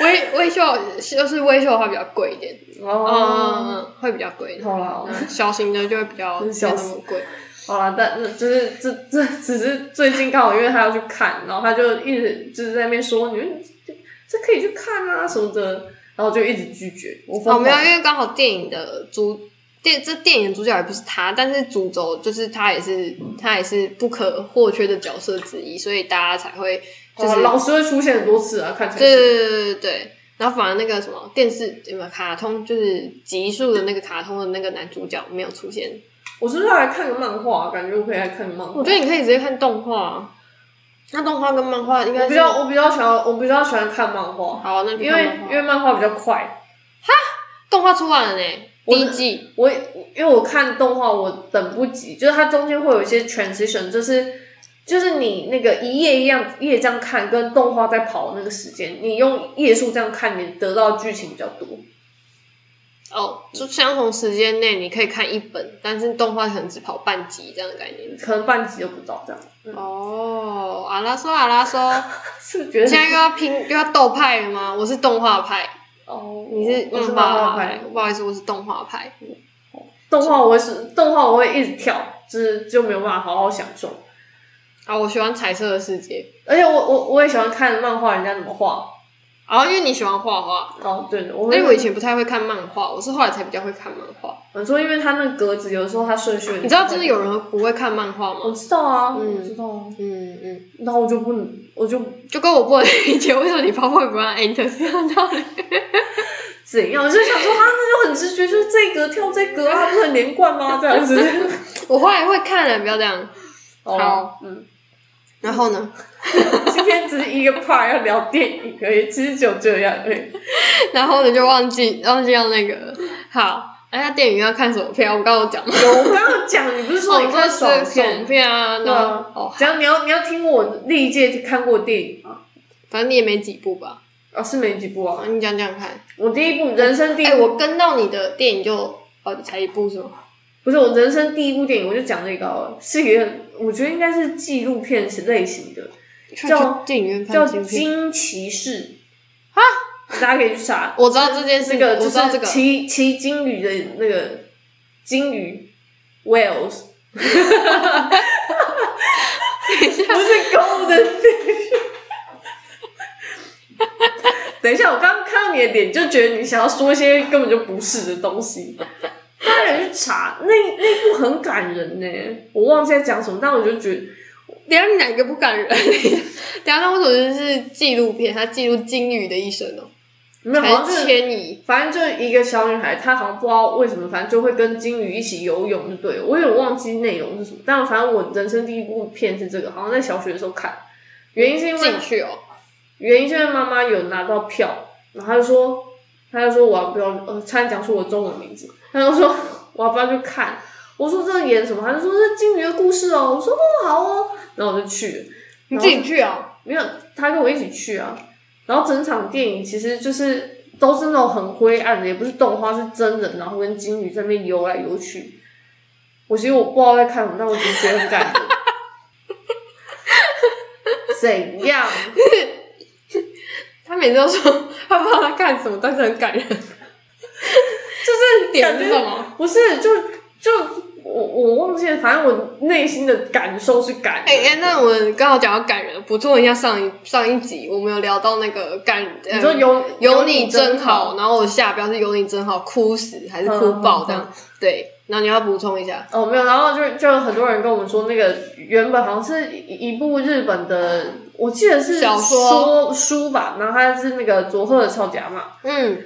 微微秀就是微秀的话比较贵一点，嗯嗯，
哦，
嗯会比较贵。
好啦，
嗯小型的就会比
*laughs*
较没
很小
那么贵。
好啦，但就是这这只是最近刚好因为他要去看，然后他就一直就是在那边说你们这这可以去看啊什么的，然后就一直拒绝。我疯
哦，
狂
没有，因为刚好电影的主电这电影主角也不是他，但是主轴就是他也是他也是不可或缺的角色之一，所以大家才会就
好
是
啦老师会出现很多次啊，看起来
对
是
对对对对。然后反而那个什么电视什么卡通，就是集数的那个卡通的那个男主角没有出现。
我是不是要来看个漫画？感觉我可以来看个漫画。
我觉得你可以直接看动画啊，哦那动画跟漫画应该
我
是
比较我比较喜欢我比较喜欢看漫画，
好，那你
因
看
为
漫
因为
画。
漫画比较快。
动画出完了呢，
我
第一季
我因为我看动画我等不及，就是它中间会有一些 transition，就是。就是你那个一页一样一页这样看，跟动画在跑的那个时间，你用页数这样看，你得到的剧情比较多。
哦，就相同时间内你可以看一本，但是动画可能只跑半集这样的概念。
可能半集都不到这样，
哦，阿拉说阿拉说， *laughs*
是觉
你
得
现在又要拼又要斗派了吗？我是动画派，
哦，
你是
我是
嗯
漫画派，，
不好意思，我是动画派。
动画我会是动画我会一直跳，就是就没有办法好好享受。
啊，我喜欢彩色的世界。
而且我我我也喜欢看漫画，人家怎么画。
哦，因为你喜欢画画，
哦，对，我
因为我
会
以前不太会看漫画，我是后来才比较会看漫画。
我说，因为它那个格子有的时候它顺序，
你知道真的有人不会看漫画
我
吗？
知道啊，
嗯
我知道啊，
嗯嗯，
然后我就不能，我就
就跟我不能理解为什么你泡泡不让 enter 是一样的道理。
怎样，我就想说啊，那就很直觉，就是这一格跳这一格啊，它不是很连贯吗？这样子。
*laughs* 我后来会看了，不要这样。
哦，嗯，
然后 *laughs* 呢？
今天只是一个 part 要聊电影而已，其实就这样而已。
然后呢就忘记忘记要那个了好。哎，那电影要看什么片啊？我刚刚有讲吗？
有，我刚刚讲，你不是说
哦
你看
是
爽
爽
片？
片啊，
对
然
啊
后哦，
只要你要你要听我历届看过的电影吗？
反正你也没几部吧？
啊，是没几部啊。
哦你讲讲看。
我第一部人生第一
哎，
部
我跟到你的电影就哦，才一部是吗？
不是我人哦生第一部电影，我就讲这个好了，是一个我觉得应该是纪录片类型的，叫
电影院
叫
看
《
纪录片，
惊奇士》啊，大家可以去查。
我知道这件事，
那个
我
就
知道这
是
个，
骑骑鲸鱼的那个鲸鱼 whales，
等一下
不是 golden fish。等一下，我刚刚看到你的脸，就觉得你想要说一些根本就不是的东西。大家可以去查，那那部很感人呢、我忘记在讲什么，但我就觉得
等一下你哪一个不感人？等一下那为什么就是纪录片？它记录鲸鱼的一生哦、
没有，好像
还
就是是
迁移？
反正就一个小女孩，她好像不知道为什么，反正就会跟金鱼一起游泳，就对了。我有点忘记内容是什么，但反正我人生第一部片是这个，好像在小学的时候看。原因是因为
进去哦、
原因是因为妈妈有拿到票，然后她就说，她就说我要不要，呃，差点讲出我中文名字，她就说我要不要去看？我说这演什么？她就说这金鱼的故事哦。我说哦好哦，然后我就去了。
你自己去哦、
没有，他跟我一起去啊。然后整场电影其实就是都是那种很灰暗的，也不是动画，是真人，然后跟金鱼在那边游来游去。我其实我不知道在看什么，但我只是觉得很感人。怎样？
他每次都说他不知道他干什么，但是很感人。就是点是什么？
不是，就就我我忘记了，反正我内心的感受是感人的。
哎、哎，那我们刚好讲到感人，补充一下上一上一集，我们有聊到那个感，呃
你说有
有你真好，然后我下标是有你真好，哭死还是哭爆这样？对，然后你要补充一下，
哦，没有，然后就就很多人跟我们说，那个原本好像是一一部日本的，我记得是
小
说
说
书吧，然后它是那个佐贺的超甲嘛，
嗯，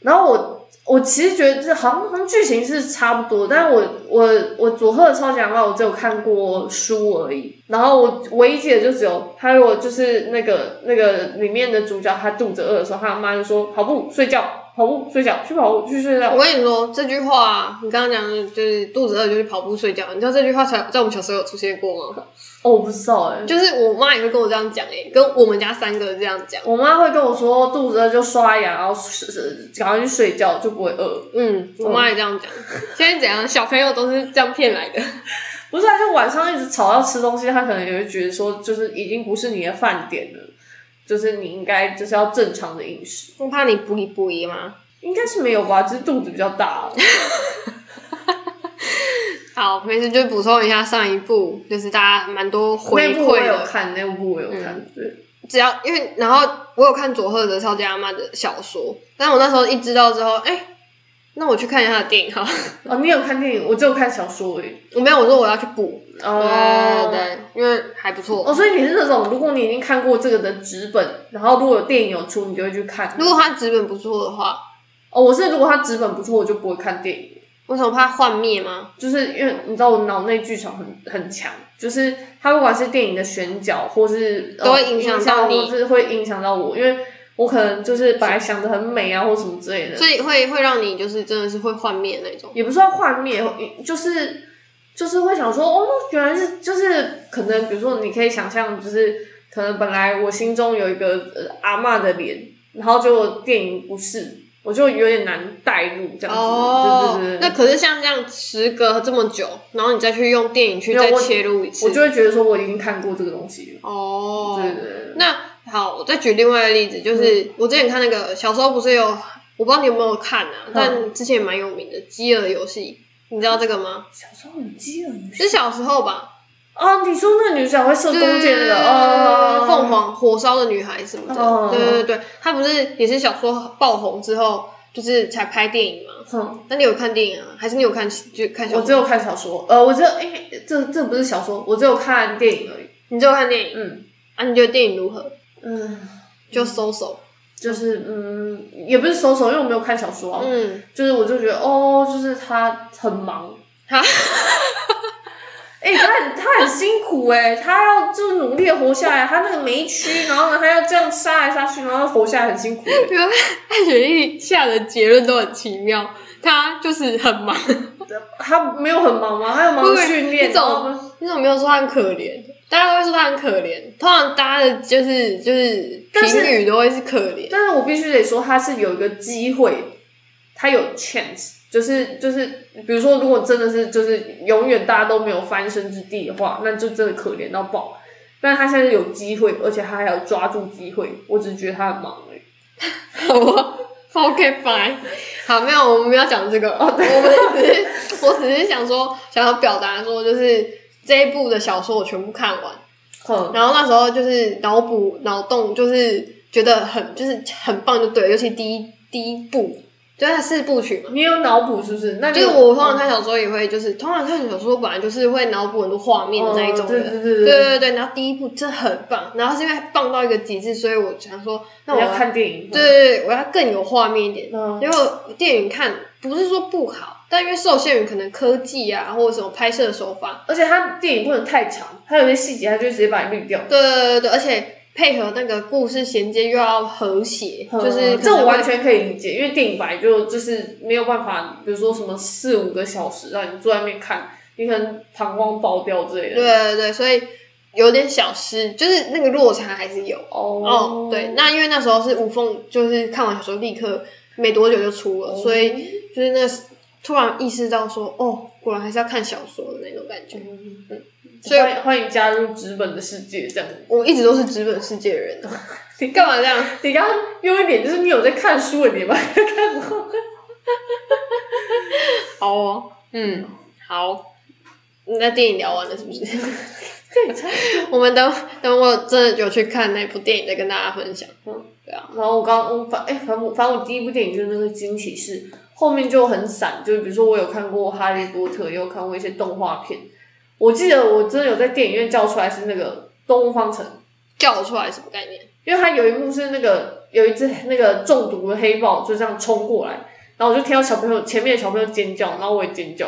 然后我我其实觉得这好像好像剧情是差不多，但我我我佐贺的超甲嘛，我只有看过书而已，然后我唯一记得就只有他如果就是那个那个里面的主角他肚子饿的时候，他妈就说跑步睡觉，跑步睡觉，去跑步去睡觉，
我跟你说这句话、啊，你刚刚讲的就是肚子饿就去跑步睡觉，你知道这句话才在我们小时候有出现过吗？
哦，我不知道哎、
就是我妈也会跟我这样讲诶、欸跟我们家三个这样讲，
我妈会跟我说肚子饿就刷牙，然后是是赶快去睡觉就不会饿。
嗯，我妈也这样讲。现在怎样，小朋友都是这样骗来的。 *laughs*
不是、啊，就晚上一直吵要吃东西，她可能也会觉得说，就是已经不是你的饭点了，就是你应该就是要正常的饮食，
不怕你不一不一吗？
应该是没有吧，只是肚子比较大、
*laughs* 好，没事，就补充一下上一部，就是大家蛮多回
那部我
馈嗯
也有
的。
看，那部我也有看，对，
只要因为，然后我有看佐贺的超级阿妈的小说，但我那时候一知道之后，哎、那我去看一下他的电影哈。
哦，你有看电影，我只有看小说而已。
我 *laughs* 没有，我说我要去补。
哦，
对，因为还不错。
哦，所以你是那种，如果你已经看过这个的纸本，然后如果有电影有出，你就会去看。
如果他纸本不错的话，
哦，我是如果它纸本不错，我就不会看电影。
为什么怕幻灭吗？
就是因为你知道我脑内剧场很很强，就是它不管是电影的选角，或是、呃、
都会影响到你
或是会影响到我，因为我可能就是本来想的很美啊，或什么之类的，
所以会会让你就是真的是会幻灭那种。
也不是要幻灭，就是就是会想说，哦，原来是就是可能，比如说你可以想象，就是可能本来我心中有一个、呃、阿嬷的脸，然后结果电影不是，我就有点难带入这样子，
哦，
对对对
那
对。
可是像这样时隔这么久，然后你再去用电影去再
没有我
切入一次，
我就会觉得说我已经看过这个东西了，
哦，
对对嗯对。
那好，我再举另外的例子，就是、我之前看那个小时候不是有，我不知道你有没有看啊，
嗯
但之前也蛮有名的《饥饿游戏》，你知道这个吗？
小时候有饥饿游戏
是小时候吧，
哦，你说那个女小会射
对
弓
对对
箭
对
的哦，
凤凰火烧的女孩什么的，
哦
对对对，她不是也是小说爆红之后，就是才拍电影嘛？
哼。
那你有看电影啊？还是你有看就看小
我
说？
只有看小说，呃，我只有因为这这不是小说，我只有看电影而已。
你只有看电影
嗯
啊？你觉得电影如何？
嗯，
就收手，
就是嗯，也不是收手，因为我没有看小说啊。
嗯，
就是我就觉得哦，就是他很忙，
*laughs* 哈，
哎、他很他很辛苦哎、他要就努力的活下来，他那个没区，然后呢，他要这样杀来杀去，然后活下来很辛苦、欸。
原来爱雪莉下的结论都很奇妙，她就是很忙。 *laughs*
他没有很忙吗？他有忙
不
着
会
训练，
你怎
然后
么
呢
你怎么没有说他很可怜？大家都会说他很可怜，通常大家的就是就是
但是
评语都会是可怜。
但是我必须得说，他是有一个机会，他有 chance，就是就是，比如说，如果真的是就是永远大家都没有翻身之地的话，那就真的可怜到爆。但是他现在有机会，而且他还要抓住机会，我只是觉得他很忙而已。
*laughs* 好啊，OK fine。好，没有，我们不要讲这个。哦我们只是，我只是想说，想要表达说，就是这一部的小说我全部看完，
哼，
然后那时候就是脑补、脑洞，就是觉得很就是很棒，就对了，尤其第一第一部，就它四部曲嘛。
你有脑补是不是？那你
就
有
是我通常看小说也会，就是通常看小说本来就是会脑补很多画面的那一种
哦
人
对对对
对
对，
对对，然后第一部真的很棒，然后是因为棒到一个极致，所以我想说，那我
要看电影，
对，对对，我要更有画面一点。
嗯
结果电影看不是说不好，但因为受限于可能科技啊，或者什么拍摄手法，
而且他电影不能太长，他有些细节他就直接把你滤掉。
对对对对，而且配合那个故事衔接又要和谐，
嗯
就是可能
这我
会
完全可以理解，因为电影本来就就是没有办法，比如说什么四五个小时让你坐在那边看，你可能膀胱爆掉之类
对对
的。
对，所以有点小失，就是那个落差还是有。哦
哦，
对，那因为那时候是无缝，就是看完小说立刻没多久就出
哦
了，所以就是那时突然意识到说，哦，果然还是要看小说的那种感
*laughs*
觉。所以
嗯欢迎欢迎加入纸本的世界，这样。
我一直都是纸本世界的人
*laughs*
啊，你干嘛这样？
你刚刚有一点就是你有在看书的，你有没有看过？
好哦，嗯，好。那电影聊完了是不 *laughs* 是？我们等等我真的有去看那部电影，再跟大家分享。嗯，对啊，
然后我刚我反哎、反正我反正我第一部电影就是那个惊奇是后面就很散，就是比如说我有看过《哈利波特》，也有看过一些动画片。我记得我真的有在电影院叫出来是那个《动物方程》，
叫出来什么概念？
因为它有一幕是那个有一只那个中毒的黑豹就这样冲过来，然后我就听到小朋友前面的小朋友尖叫，然后我也尖叫，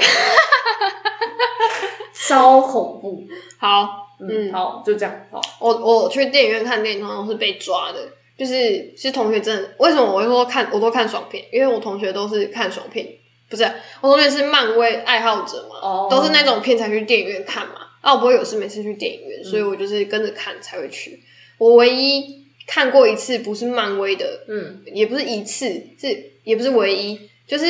超恐怖。
好，
嗯，
嗯
好，就这样，好。
我我去电影院看电影，通常是被抓的，就是是同学真的。为什么我会说看我都看爽片？因为我同学都是看爽片，不是我同学是漫威爱好者嘛，
哦
都是那种片才去电影院看嘛。啊，我不会有事没事去电影院，所以我就是跟着看才会去。我唯一看过一次不是漫威的，
嗯，
也不是一次，是也不是唯一，就是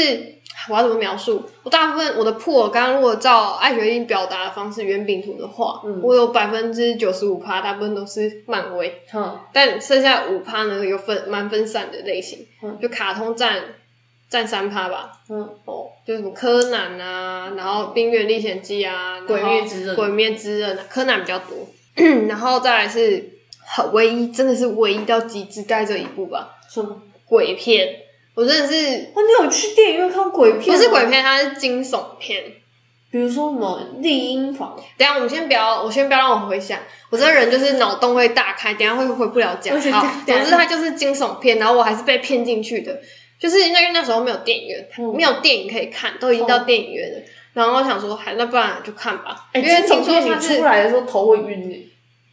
我要怎么描述？我大部分我的破，刚刚如果照爱学英表达的方式圆饼图的话，
嗯
我有百分之九十五趴，大部分都是漫威，
好，
但剩下五趴呢，有分蛮分散的类型，
嗯
就卡通占占三趴吧，
嗯，
哦，就是什么柯南啊，然后《冰原历险记》啊，然后
鬼灭之刃
鬼灭之刃》啊，柯南比较多， *clears throat* 然后再来是很唯一，真的是唯一到极致，带这一部吧。
什么？
鬼片，我真的是
哦，你有去电影院看鬼片？
不是鬼，片，它是惊悚片。
比如说什么《丽婴房》
等一下我们先不要，我先不要让我回想，我这人就是脑洞会大开，等一下会回不了家。
而且
好，
等
总之
一下
它就是惊悚片，然后我还是被骗进去的，就是因为那时候没有电影院，
嗯
没有电影可以看，都已经到电影院了。然后我想说，还那不然就看吧，
哎，
因为
这种
听说它
片你
是
出来的时候头会晕耶。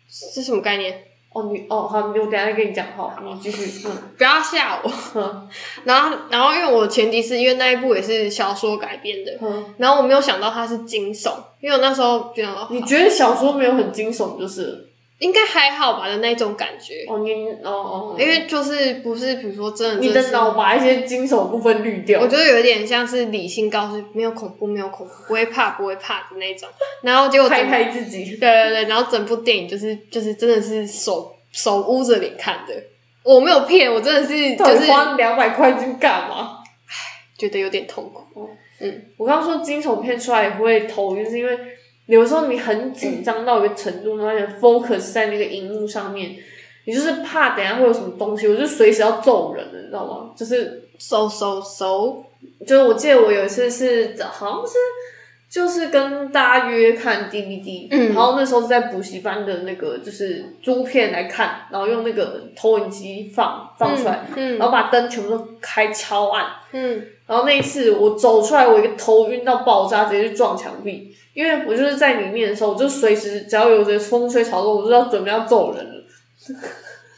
是什么概念？
哦，你哦好，你我等一下再跟你讲，好，你继续。嗯
不要吓我。
哼
然后，然后因为我前提是因为那一部也是小说改编的，
哼，
然后我没有想到它是惊悚，因为我那时候觉得哦
你觉得小说没有很惊悚就是了
应该还好吧的那种感觉，
哦，你哦哦，哦
因为就是不是比如说真的，
你
真
的
是
脑把一些惊悚部分滤掉
我。觉得有点像是理性告诉没有恐怖，没有恐怖，不会怕，不会怕的那种。然后结果整
拍拍
*laughs*
自己，
对对对，然后整部电影就是就是真的是手手捂着脸看的，我没有骗，我真的是
到
就
底
是
花两百块去干嘛？
觉得有点痛苦。
我刚说惊悚片出来也会头晕，是因为有时候你很紧张到一个程度，然后你 focus 在那个荧幕上面，你就是怕等一下会有什么东西，我就随时要揍人了，你知道吗？就是
手手手，
就是我记得我有一次是好像是就是跟大家约看 DVD，、
嗯
然后那时候是在补习班的那个就是租片来看，然后用那个投影机放放出来，
嗯
然后把灯全部都开超暗，
嗯
然后那一次我走出来，我一个头晕到爆炸，直接去撞墙壁。因为我就是在里面的时候，我就随时只要有着风吹草动，我就要准备要揍人了， *laughs*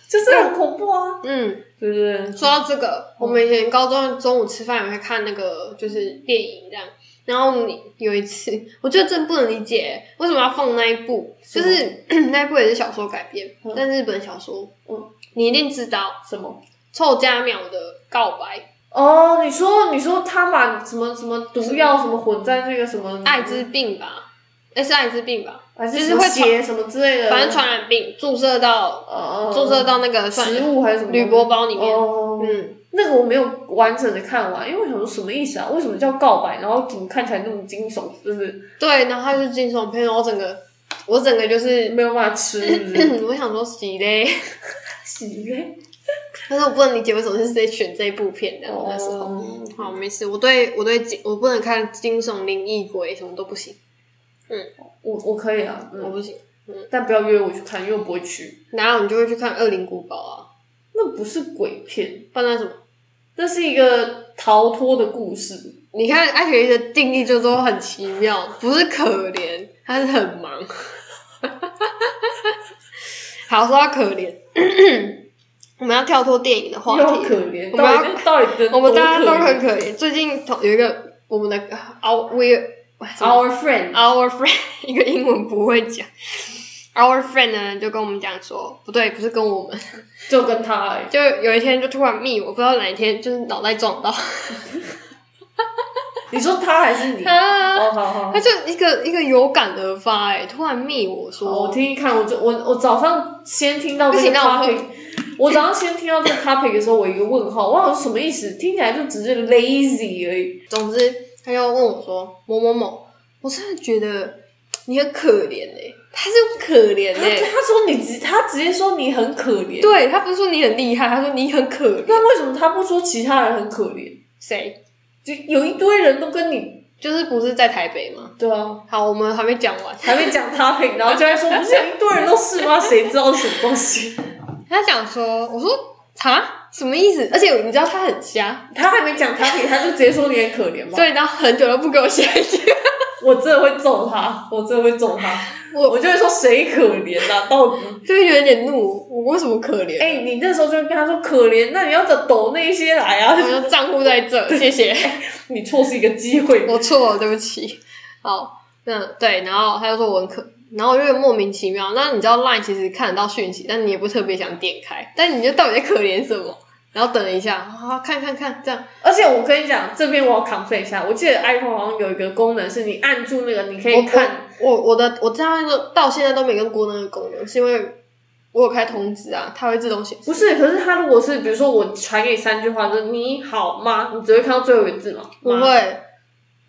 就是很恐怖啊，
嗯。
对不对？
说到这个，我们以前高中中午吃饭也会看那个就是电影这样。然后你有一次， *laughs* 我觉得真不能理解为什么要放那一部，就是 *clears throat* 那一部也是小说改编，
嗯
但日本小说，
嗯，
你一定知道
什么？
臭佳苗的《告白
哦，你说你说他把什么什么毒药什么混在那个什么
艾滋病吧？
嗯
哎，是艾滋病吧？
还
就是
什么
会
血什么之类的，
反正传染病注射到
呃
注射到那个算
食物还是什么
铝箔包里面，
哦，
嗯，
那个我没有完整的看完，因为我想说什么意思啊？为什么叫告白？然后怎么看起来那么惊悚？就是
对，然后他就惊悚片，然后我整个我整个就是，
没有办法吃，是不
*laughs* *clears throat*
是
我想说洗嘞，
喜嘞。
但是我不能理解为什么是谁选这一部片的，我那时候。
哦，
好，没事，我对我对惊我不能看惊悚、灵异、鬼什么都不行，
我我可以啊，
我
嗯，
不行。
但不要约我去看，因为我不会去。
然后你就会去看《恶灵古堡》啊，
那不是鬼片，
不然那什么？
那是一个逃脱的故事。
你看艾雪莉的定义就都很奇妙，不是可怜，她是很忙。 *laughs* 好，说到可怜，我们要跳脱电影的话
又
题
可，怜，
我们
到
要
底到底的
我们大家都很
很
可怜。最近同有一个我们的 our we
our friend
our friend *laughs* 一个英文不会讲，our friend 呢就跟我们讲说，不对，不是跟我们， *laughs*
就跟他欸
就有一天就突然密我，不知道哪一天就是脑袋撞到， *laughs*
你说他
*laughs*
还是你？哦，好好好
他就一个一个有感而发、欸，哎，突然密我说，
哦我听一看，我就我我早上先听到
不
这个
行那我
topic，我 *laughs* 早上先听到这个 topic 的时候，我一个问号，哇，什么意思？听起来就只是 lazy 而已。
总之他就问我说某某某，我真的觉得你很可怜哎、他是用可怜
他
哎、
他说你直，他直接说你很可怜。，
对他不是说你很厉害，他说你很可怜，
那为什么他不说其他人很可怜？
谁？
就有一堆人都跟你，
就是不是在台北吗？
对啊，
好，我们还没讲完。
还没讲
*laughs*
topic，然后就在说不是有一堆人都是吗？谁知道是什么东西？
他讲说，我说哈什么意思？而且你知道他很瞎，
他还没讲
*laughs*
topic，他就直接说你很可怜吗？，
对，然后很久都不给我下一 *laughs* 句。
我真的会揍他，我真的会揍他，
我
我就会说谁可怜啊？到底？
就会有点怒，我为什么可怜？
哎、你那时候就跟他说可怜，那你要找抖那一些来啊 *laughs*
我！说账户在这，谢谢，
你错失一个机会，
*laughs* 我错了，对不起。好，那对，然后他就说我很可，然后我就觉得莫名其妙。那你知道 LINE 其实看得到讯息，但你也不特别想点开，但你就到底在可怜什么？然后等了一下，好好看看看，这样
而且我跟你讲，这边我要 complain 一下，我记得 iPhone 好像有一个功能是你按住那个，你可以
我
看。
我我的我到现在都到现在都没跟过那个功能，是因为我有开通知啊，它会自动显示。
不是，可是它如果是比如说我传给你三句话，就是你好吗？你只会看到最后一个字嘛？
不
吗
会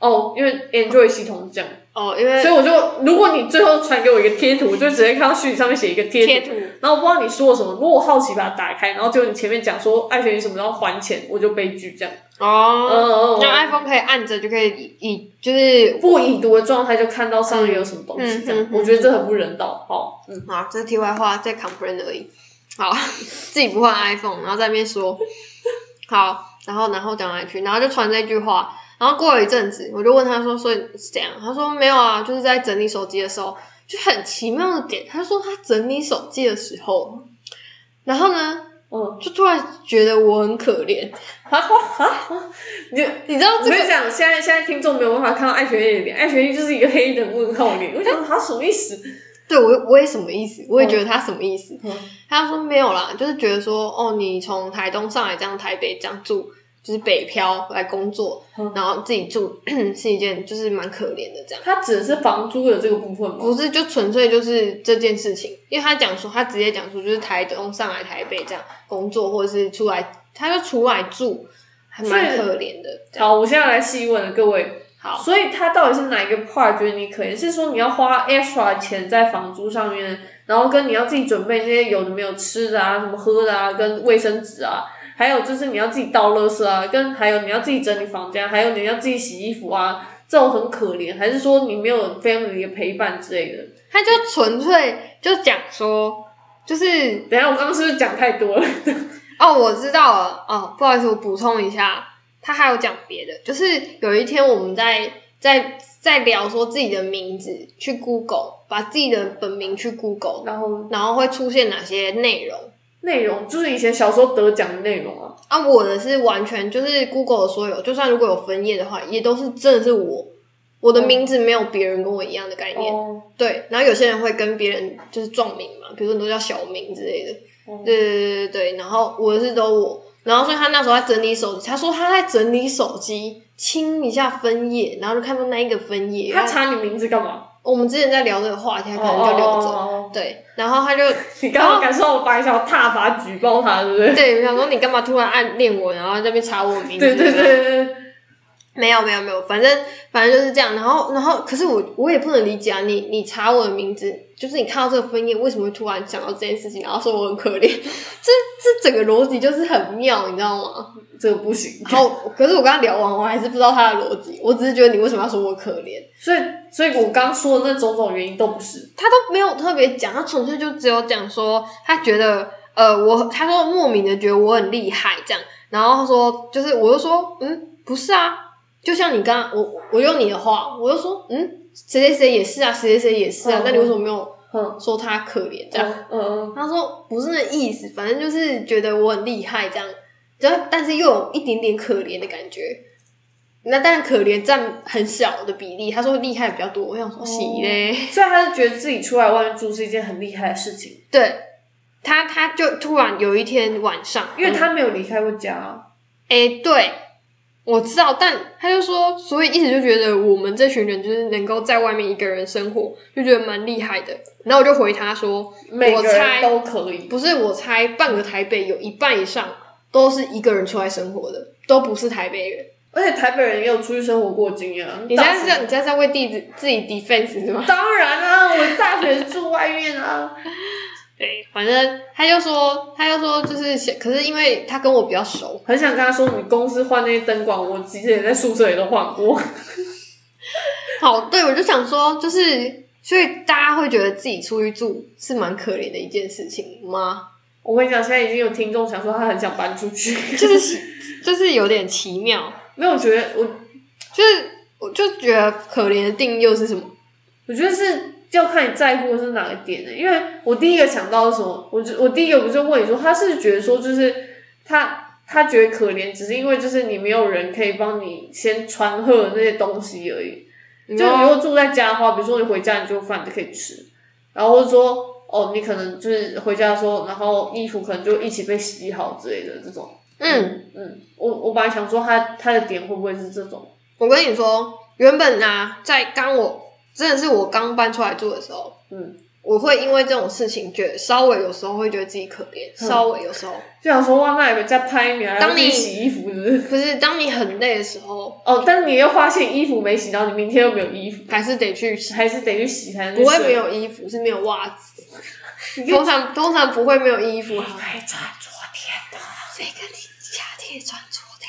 哦，因为 Android 系统是这样，
哦，因为
所以我就如果你最后传给我一个贴图，我就直接看到虚拟上面写一个贴图。
贴图
然后我不知道你说了什么，如果我好奇把它打开，然后就你前面讲说爱学你什么时候还钱，我就悲剧这样。嗯
哦，
嗯嗯。
那 iPhone 可以按着就可以以以就是
不已读的状态就看到上面有什么东西，这样、
嗯嗯嗯嗯
我觉得这很不人道。好，嗯，
啊，这是题外话，在 complain 而已。好， *laughs* 自己不换 iPhone，然后在那边说好，然后然后讲来去，然后就传这句话。然后过了一阵子，我就问他说：“所以是怎样？”他说：“没有啊，就是在整理手机的时候，就很奇妙的点。”他说他整理手机的时候，然后呢，
嗯，
就突然觉得我很可怜。
哈哈哈，你
你知道
我
这
跟
个
你讲，现在现在听众没有办法看到爱学丽的脸，爱学丽就是一个黑人问号脸，
嗯
我想他什么意思？
对我我也什么意思？我也觉得他什么意思？
嗯
他说没有啦，就是觉得说哦，你从台东上来这样台北这样住，就是北漂来工作，
嗯
然后自己住 *clears throat* 是一件就是蛮可怜的这样。
他指的是房租的这个部分吗？
不是，就纯粹就是这件事情，因为他讲说，他直接讲说，就是台东上来台北这样工作，或者是出来，他就出来住，还蛮
所以
可怜的。
好，我现在来细问了各位，
好，
所以他到底是哪一个 part 觉得你可怜？是说你要花 extra 钱在房租上面，然后跟你要自己准备这些有的没有吃的啊、什么喝的啊、跟卫生纸啊，还有就是你要自己倒垃圾啊，跟还有你要自己整理房间，啊还有你要自己洗衣服啊，这种很可怜，还是说你没有 family 的陪伴之类的？
他就纯粹就讲说，就是
等一下我刚刚是不是讲太多了？
哦，我知道了。哦，不好意思，我补充一下，他还有讲别的，就是有一天我们在在在聊说自己的名字，去 Google 把自己的本名去 Google，
然后
然后会出现哪些内容。
内容就是以前小时候得奖的内容啊，
啊，我的是完全就是 Google 的所有，就算如果有分页的话，也都是真的是我，我的名字没有别人跟我一样的概念。
哦，
对，然后有些人会跟别人就是撞名嘛，比如说你都叫小名之类的。对对对对对，然后我的是都我，然后所以他那时候在整理手机，他说他在整理手机，清一下分页，然后就看到那一个分页，
他查你名字干嘛？哦
我我们之前在聊这个话题，他可能就留着。
着。
对，然后他就
你刚刚感受到我白想大法举报他，对不对？
对我想说你干嘛突然暗恋我，然后在那边查我名字？啊
对对对对对，
没有没有没有，反正反正就是这样。然后然后，可是我我也不能理解啊，你你查我的名字，就是你看到这个分页，为什么会突然想到这件事情，然后说我很可怜？这这整个逻辑就是很妙，你知道吗？
这个不行。
然后可是我跟他聊完，我还是不知道他的逻辑，我只是觉得你为什么要说我可怜？
所以，所以我刚说的那种种原因都不是。
他都没有特别讲，他纯粹就只有讲说他觉得呃，我他说莫名的觉得我很厉害这样，然后他说就是我就说嗯不是啊，就像你刚我我用你的话，我就说嗯谁谁谁也是啊，谁谁谁也是啊
嗯，
那你为什么没有
嗯
说他可怜这样？
嗯嗯
他说不是那意思，反正就是觉得我很厉害这样，然后但是又有一点点可怜的感觉。那当然，可怜占很小的比例。他说厉害比较多，我想说喜嘞。
嗯，所以他是觉得自己出来外面住是一件很厉害的事情，
对他，他就突然有一天晚上，
因为
哎、
他没有离开过家啊。
诶对，我知道，但他就说，所以一直就觉得我们这群人就是能够在外面一个人生活，就觉得蛮厉害的。然后我就回他说，
每个
我猜
人都可以，
不是，我猜半个台北有一半以上都是一个人出来生活的，都不是台北人。
而且台北人也有出去生活过经验啊。
你现
大
在
学
是在你现在在为弟子自己 defense 是吗？
当然啊，我大学住外面啊。
*laughs* 对，反正他就说，他就说就是想，可是因为他跟我比较熟，
很想跟他说，你公司换那些灯管，我之前在宿舍也都换过。
好，对我就想说，就是所以大家会觉得自己出去住是蛮可怜的一件事情吗？
我跟你讲，现在已经有听众想说他很想搬出去，
就是 *laughs* 就是有点奇妙，
没有我觉得我，
就是我就觉得可怜的定义又是什么？
我觉得是要看你在乎的是哪个点呢、因为我第一个想到的是什么，我就我第一个不是问你说，他是觉得说就是他。他觉得可怜，只是因为就是你没有人可以帮你先穿喝那些东西而已。就你如
就
果住在家的话，比如说你回家你就饭就可以吃，然后或者说哦，你可能就是回家的时候，然后衣服可能就一起被洗好之类的这种。
嗯，
嗯，我我本来想说他他的点会不会是这种？
我跟你说，原本啊，在刚我真的是我刚搬出来住的时候，
嗯，
我会因为这种事情觉得稍微有时候会觉得自己可怜，
嗯
稍微有时候
就想说哇，那有人在拍你啊，
当你
然后自己洗衣服是不是？
可是当你很累的时候，
哦，但你又发现衣服没洗，然后你明天又没有衣服，
还是得去洗，
还是得去洗才能去
不会
睡
没有衣服，是没有袜子。 *laughs*
你可以
通常通常不会没有衣服哈。
还穿哎昨天的，
谁跟你夏天穿昨天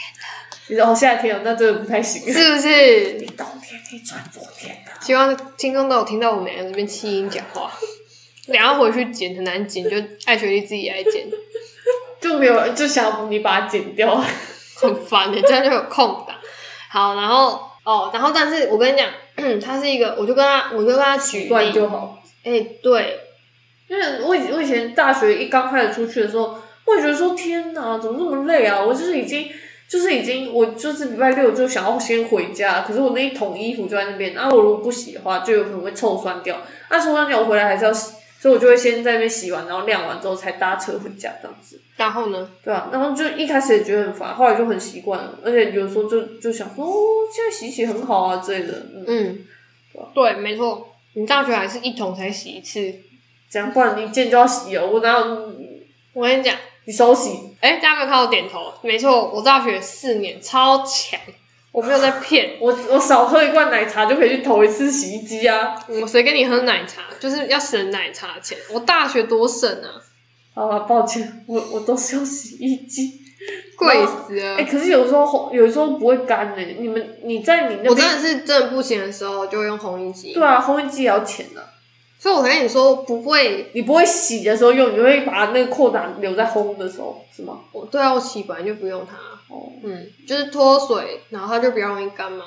你说哦夏天哦，那真的不太行。
是不是？
冬天可以穿昨天的，
希望听众都有听到我们两个这边气音讲话， *laughs* 然后回去剪很难剪，就艾雪莉自己来剪，
就没有就想要你把它
*laughs*
剪掉。
很烦的、这样就有空档。好，然后哦，然后但是我跟你讲， *clears throat* 他是一个，我就跟他，我就跟他举例，
断
哎、
就好。
对，
因为我以我以前大学一刚开始出去的时候，我也觉得说天哪，怎么那么累啊？我就是已经就是已经我就是礼拜六就想要先回家，可是我那一桶衣服就在那边，然、啊后我如果不洗的话，就有可能会臭酸掉。那、臭酸掉我回来还是要洗，所以我就会先在那边洗完，然后晾完之后才搭车回家这样子。
然后呢，
对啊，然后就一开始也觉得很烦，后来就很习惯了，而且有时候就就想说，哦，现在洗一洗很好啊之类的，嗯，
嗯，对，没错，你大学还是一桶才洗一次。
这样不然一件就要洗哦，我哪有
我跟你讲，
你手洗？
哎、大家没有看我点头？没错，我大学四年超强，我没有在骗。
我我少喝一罐奶茶就可以去投一次洗衣机啊！
我谁跟你喝奶茶？就是要省奶茶钱。我大学多省啊，
好吧，抱歉，我我都是用洗衣机。
贵死了
哎、！可是有时候红，有时候不会干呢、欸你们你在你那
我真的
边
是真的不行的时候就会用红缨机
对，啊，烘衣机也要钱啊。
所以我跟你说不会，
你不会洗的时候用，你会把那个扣打留在烘的时候，是吗？
我对啊，我洗本来就不用它，
哦，
嗯，就是脱水，然后它就比较容易干嘛。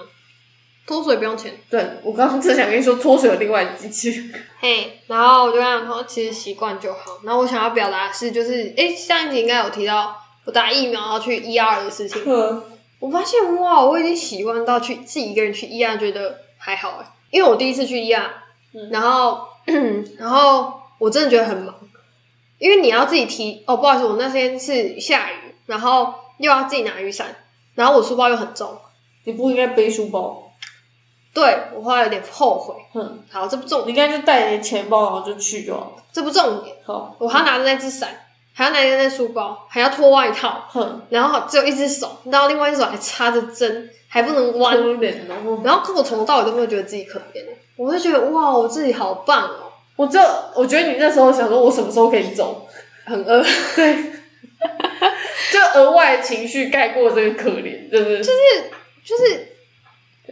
脱水不用钱，
对，我刚刚正想跟你说脱水有另外的机器。
嘿、然后我就跟他说，其实习惯就好。然后我想要表达的是，就是，诶，上一集应该有提到我打疫苗要去 ER 的事情，
嗯，
我发现哇，我已经习惯到去自己一个人去医院，觉得还好哎、因为我第一次去医院，
嗯
然后 *clears throat* 然后我真的觉得很忙，因为你要自己提哦，不好意思，我那天是下雨，然后又要自己拿雨伞，然后我书包又很重，
你不应该背书包。
对我后来有点后悔。
嗯，
好，这不重，
你应该就带你的钱包，然后就去就好了。
这不重点，
好，
我还要拿着那只伞，还要拿着那书包，还要脱外套，
哼，
然后只有一只手，然后另外一只手还插着针，还不能弯。
丢脸哦！
然后可我从头到尾都没有觉得自己可怜，我就觉得哇，我自己好棒哦，
我这，我觉得你那时候想说，我什么时候可以走？
很饿。
*laughs* 对，就额外情绪盖过这个可怜，对不对？就是
就是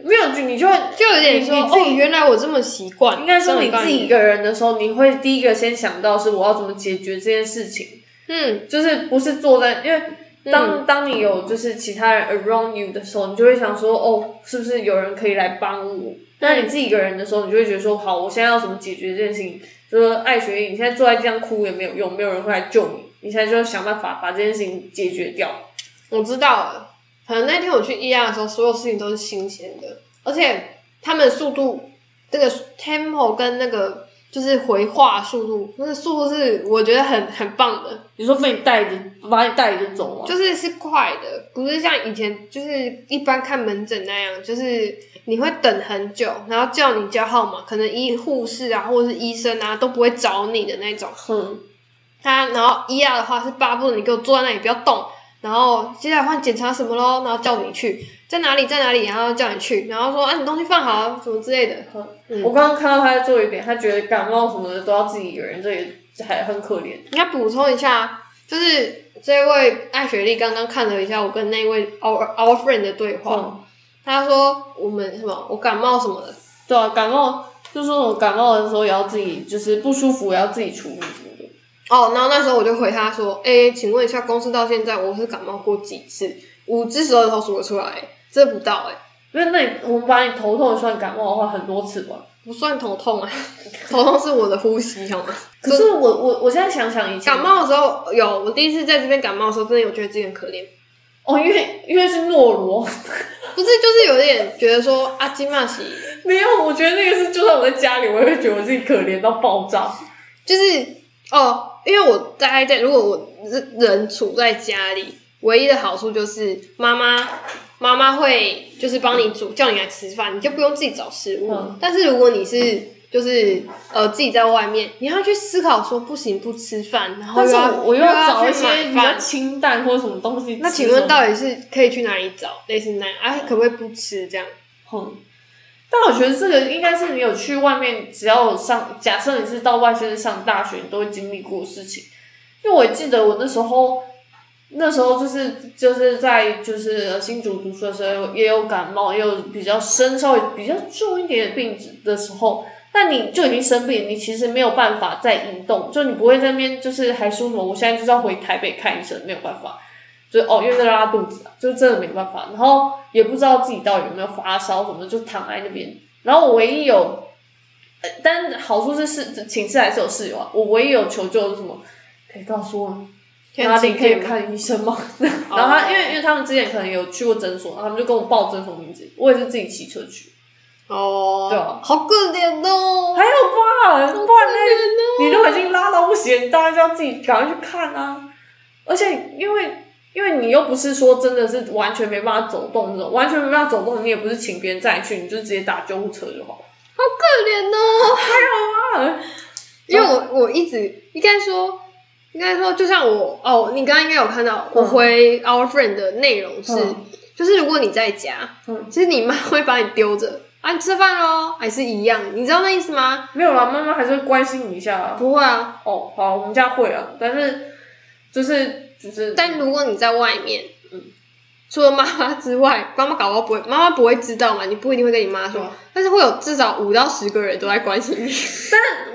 没有，你就会
就有点说
你自己
哦，原来我这么习惯，
应该说
这
你
种概
自己一
念
个人的时候，你会第一个先想到是我要怎么解决这件事情，
嗯
就是不是坐在因为。当当你有就是其他人 around you 的时候，你就会想说，哦，是不是有人可以来帮我？那你自己一个人的时候，你就会觉得说，好，我现在要怎么解决这件事情？就是艾雪，你现在坐在这样哭也没有用，没有人会来救你，你现在就要想办法把这件事情解决掉。
我知道了。可能那天我去医院的时候，所有事情都是新鲜的，而且他们速度这个 tempo 跟那个就是回话速度，那个速度是我觉得很很棒的，
你说被你带着，把你带着走吗？啊
就是是快的，不是像以前就是一般看门诊那样，就是你会等很久，然后叫你叫号码，可能医护士啊或者是医生啊都不会找你的那种。
哼，
他然后医啊的话是巴不得你给我坐在那里不要动，然后接下来换检查什么咯，然后叫你去在哪里在哪里，然后叫你去，然后说啊你东西放好啊什么之类的。嗯
我刚刚看到他在做一点，他觉得感冒什么的都要自己一个人，这也还很可怜。
应该补充一下，就是这位艾雪莉刚刚看了一下我跟那位 our our friend 的对话，
嗯，
她说我们什么我感冒什么的，
对啊，感冒就说我感冒的时候也要自己，就是不舒服也要自己处理什么的。
哦，然后那时候我就回她说，哎，请问一下公司到现在我是感冒过几次？五只手指头数得出来，这不到哎、
因为那你我们把你头痛算感冒的话，很多次吧。
不算头痛啊， *laughs* 头痛是我的呼吸好吗？
可是我我我现在想想以前
感冒的时候有，我第一次在这边感冒的时候，真的有觉得自己很可怜，
哦，因为因为是诺罗， *laughs*
不是就是有点觉得说啊阿基玛西，
没有，我觉得那个是就算我在家里，我也会觉得我自己可怜到爆炸。
就是哦，因为我大概在如果我人人处在家里，唯一的好处就是妈妈妈妈会就是帮你煮，叫你来吃饭，你就不用自己找食物。
嗯
但是如果你是就是呃自己在外面，你还要去思考说不行不吃饭，然后
但
又
是
要
我我又
又
要找一
去
些
买
比较
饭。
清淡或者什么嗯东西吃。
那请问到底是可以去哪里找类似那样？啊，可不可以不吃这样？
嗯，但我觉得这个应该是你有去外面，只要有上，假设你是到外县市上大学，你都会经历过的事情。因为我记得我那时候，那时候就是就是在就是呃新竹读书的时候，也有感冒，也有比较深、稍微比较重一点的病的时候，那你就已经生病，你其实没有办法再移动，就你不会在那边就是还说什么，我现在就是要回台北看医生，没有办法。就是哦，因为在拉肚子啊，就真的没办法，然后也不知道自己到底有没有发烧什么的，就躺在那边。然后我唯一有，呃但好处是室寝室还是有室友啊。我唯一有求救是什么？可以告诉我哪里可以看医生 *laughs* 吗？哦然后他因为因为他们之前可能有去过诊所，然后他们就跟我报诊所名字，我也是自己骑车去。
哦，
对啊
好可怜哦，
还有吧，不然嘞，
怜
你都已经拉到不行，你当然就要自己赶快去看啊。而且因为因为你又不是说真的是完全没办法走动这种，完全没办法走动，你也不是请别人载你去，你就直接打救护车就好了。
好可怜哦。
啊，
因为我我一直应该说，应该说，就像我哦，你刚刚应该有看到我回 our friend 的内容是，
嗯
就是如果你在家，
嗯
其实你妈会把你丢着。啊，你吃饭喽，还是一样，你知道那意思吗？
没有啦，妈妈还是会关心你一下啊。
不会啊，
哦，好，我们家会啊，但是就是就是，
但如果你在外面，
嗯
除了妈妈之外，妈妈搞不好不会，妈妈不会知道嘛，你不一定会跟你妈
对
说，但是会有至少五到十个人都在关心你。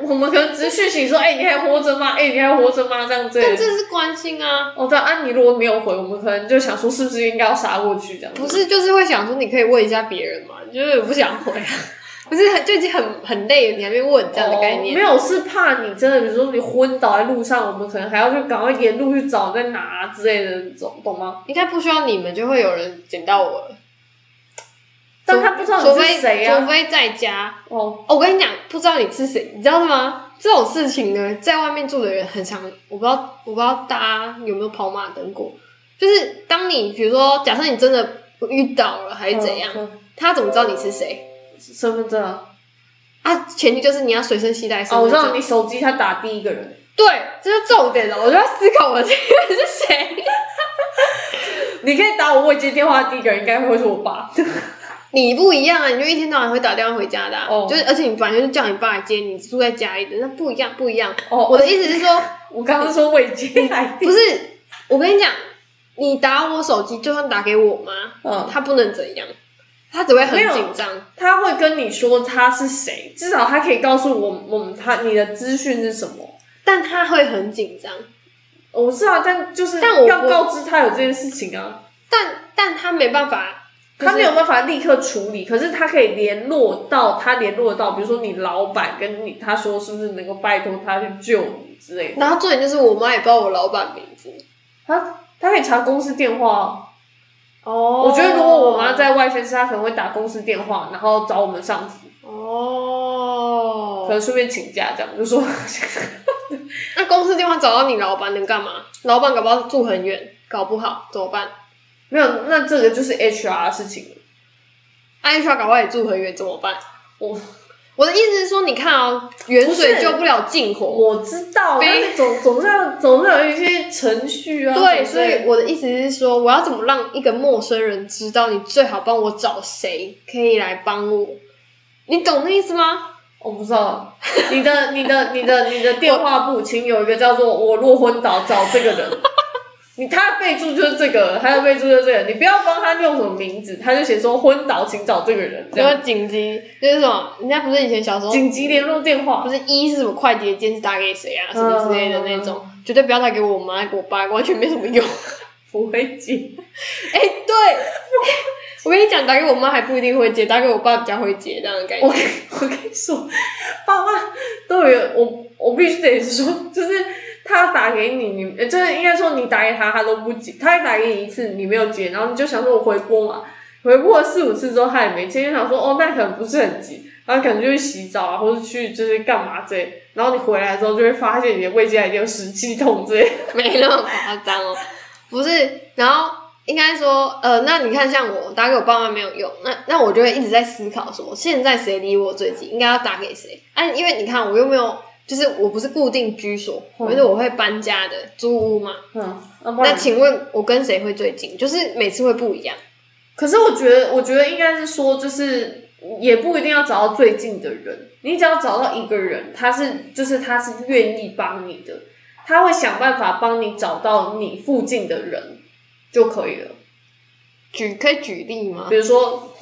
我们可能只是讯息说，哎、你还活着吗？哎、你还活着吗？这样子。
但这是关心啊，
哦，对啊，你如果没有回，我们可能就想说，是不是应该要杀过去这样子？
不是就是会想说你可以问一下别人嘛，就是不想回啊， *laughs* 不是很就已经很很累了，你还没问这样的概
哦
念。
没有，是怕你真的，比如说你昏倒在路上，我们可能还要去赶快沿路去找你在哪之类的，懂懂吗？
应该不需要你们，就会有人捡到我了。
但他不知道
除
你
非
是谁啊
除
呀、
非在家。
哦，
哦我跟你讲，不知道你是谁，你知道吗？这种事情呢，在外面住的人很常，我不知道，我不知道大家有没有跑马灯过。就是当你比如说，假设你真的遇到了还是怎样，
嗯嗯
他怎么知道你是谁？
身份证啊。
啊，前提就是你要随身携带身
哦，我
份
知
证。
道你手机它打第一个人，
对，这是重点了。我就要思考我这个人是谁。
你可以打哦啊我未接电话的第一个人，应该会是我
*laughs*
爸。
你不一样啊，你就一天到晚会打电话回家的、啊
哦
就是而且你本来就是叫你爸来接你，住在家里的，那不一样，不一样。
哦，
我的意思是
*laughs*
说，
我刚刚说未接来
不是，我跟你讲，你打我手机，就算打给我妈，
嗯，
她不能怎样，她只会很
没有
紧张。
他会跟你说他是谁，至少他可以告诉我我们他你的资讯是什么。
但她会很紧张，
我知道，但就是
但我
要
我
告知他有这件事情啊。
但但她没办法，就是
他没有办法立刻处理，可是他可以联络到他联络到，比如说你老板跟你他说是不是能够拜托他去救你之类的，
然后重点就是我妈也不知道我老板名字。
他他可以查公司电话啊。
哦
我觉得如果我妈，在外县市，她可能会打公司电话，然后找我们上司，可
哦，
能顺便请假这样，就说
那公司电话找到你老板能干嘛？老板搞不好住很远，搞不好怎么办？
没有，那这个就是 HR 的事情了。
艾莎搞不好也住很远，怎么办？
我
我的意思是说，你看哦，远
不
水
是
救不了近火。
我知道，但是总总是要总是要有一些程序啊。
对，
总
所
是
以我的意思是说，我要怎么让一个陌生人知道你最好帮我找谁可以来帮我？你懂那意思吗？
我不知道，你的、 *laughs* 你的、你的、你的电话簿，请有一个叫做“我若昏倒找这个人”，你他的备注就是这个，他的备注就是这个，你不要帮他用什么名字，他就写说“昏倒，请找这个人”这
然
样。
后紧急就是什么？人家不是以前小时候
紧急联络电话
不，是一是什么快捷键是打给谁啊什
嗯
么之类的那种，绝对不要打给我妈、给我爸，完全没什么用。
不会接。
*laughs* 哎、对，我跟你讲，打给我妈还不一定会接，打给我爸比较会接，这样的感觉
我。跟我跟你说，爸妈都有我，我必须得说，就是他打给你，你呃就是应该说你打给他，他都不接，他打给你一次，你没有接，然后你就想说我回拨嘛，回拨了四五次之后他也没接，就想说哦，那可能不是很急，然后可能就去洗澡啊，或者去就是干嘛之类，然后你回来之后就会发现你的未接来电有十七通之类，
没那么夸张哦，不是。然后应该说，呃，那你看，像我打给我爸妈没有用，那那我就会一直在思考说，现在谁离我最近，应该要打给谁？啊，因为你看，我又没有，就是我不是固定居所，
嗯
而是我会搬家的，租屋嘛。
嗯，那不然
那请问我跟谁会最近？就是每次会不一样。
可是我觉得，我觉得应该是说，就是也不一定要找到最近的人，你只要找到一个人，他是就是他是愿意帮你的，他会想办法帮你找到你附近的人就可以了。
举可以举例吗
比？如说，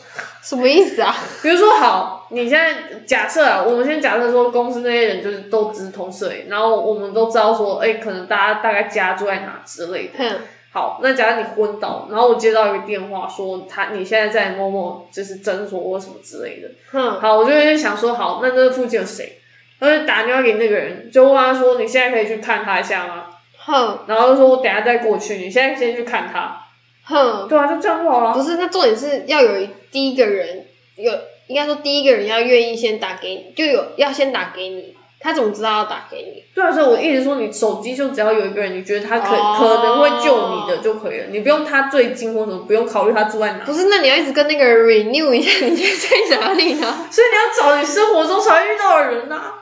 什么意思啊？
比如说好，你现在假设啊，我们先假设说公司那些人就是都只是同事而已，然后我们都知道说，哎、可能大家大概家住在哪之类的。
哼，
好，那假如你昏倒，然后我接到一个电话说他你现在在某某就是诊所或什么之类的，
哼，
好，我就会想说，好，那这附近有谁？然后就打电话给那个人，就问他说：“你现在可以去看他一下吗
哼，？”
然后就说：“我等一下再过去，你现在先去看他。”
哼，
对啊，就这样就好
不
了。
是，那重点是要有一第一个人有，应该说第一个人要愿意先打给你，就有要先打给你，他怎么知道要打给你？
对啊，所以我一直说，你手机就只要有一个人，你觉得他可、
哦
可能会救你的就可以了，你不用他最近或什么，不用考虑他住在哪。
不是，那你要一直跟那个人 renew 一下，你现在在哪里呢？
所以你要找你生活中常遇到的人呐、啊，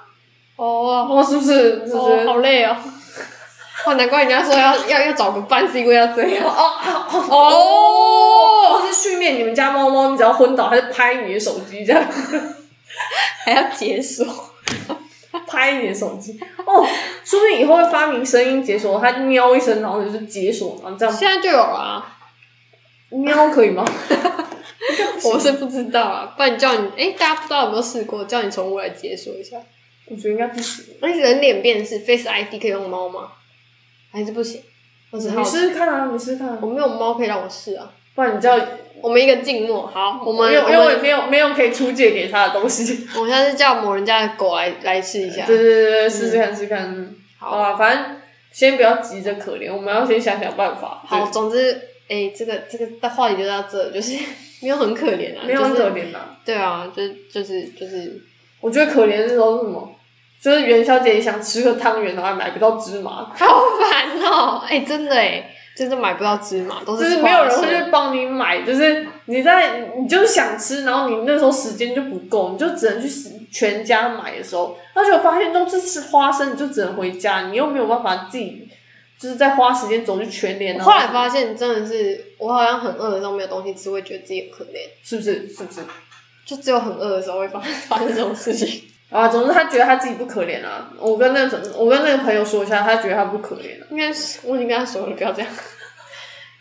哦，
哦，是不是？是不
哦，
是？
好累哦。哦，难怪人家说要要要找个伴，是因为要这样。哦
或
哦，
是训练你们家猫猫，你只要昏倒，它就拍你的手机这样。
还要解锁。
拍你的手机哦，说不定以后会发明声音解锁，它喵一声，然后就是解锁，然后这样
现在就有啊，
喵可以吗？
*laughs* 我是不知道啊，不然叫你，哎，大家不知道有没有试过，叫你宠物来解锁一下。
我觉得应该不行，
那人脸辨识 Face ID 可以用猫吗？还是不行？我只好
你
奇，
试试看啊，你试试看、啊
我，没有猫可以让我试啊。
不然你知道，
我们一个静默，好，我们
嗯因
我
为因为
们
没有没有可以出借给他的东西。
我下次叫某人家的狗来来试 *laughs* 一下嗯
对。对对对，试试看试试看，好
好，
啊，反正先不要急着可怜，我们要先想想办法。
好，总之，哎、这个这个话题就到这，就是 *laughs* 没有很可怜啊，
对，没有很可
就是。
怜啦。
对啊，就是就是就是，
我觉得可怜的时候是什么？就是元宵节你想吃个汤圆，然后还买不到芝
*laughs*
麻，
好烦哦、哎、真的哎、就是买不到芝麻，都
就是是没有人
花
会
生
去帮你买，就是你在你就是想吃，然后你那时候时间就不够，你就只能去全家买的时候，而且我发现都是吃花生，你就只能回家，你又没有办法自己就是再花时间走去全联，
后来发现真的是，我好像很饿的时候没有东西吃，会觉得自己很可怜，
是不是是不是？
就只有很饿的时候会发发生这种事情。
啊，总之他觉得他自己不可怜啊。我跟那个我跟那个朋友说一下，他觉得他不可怜啊。
应该是我已经跟他说了，不要这样。 *laughs*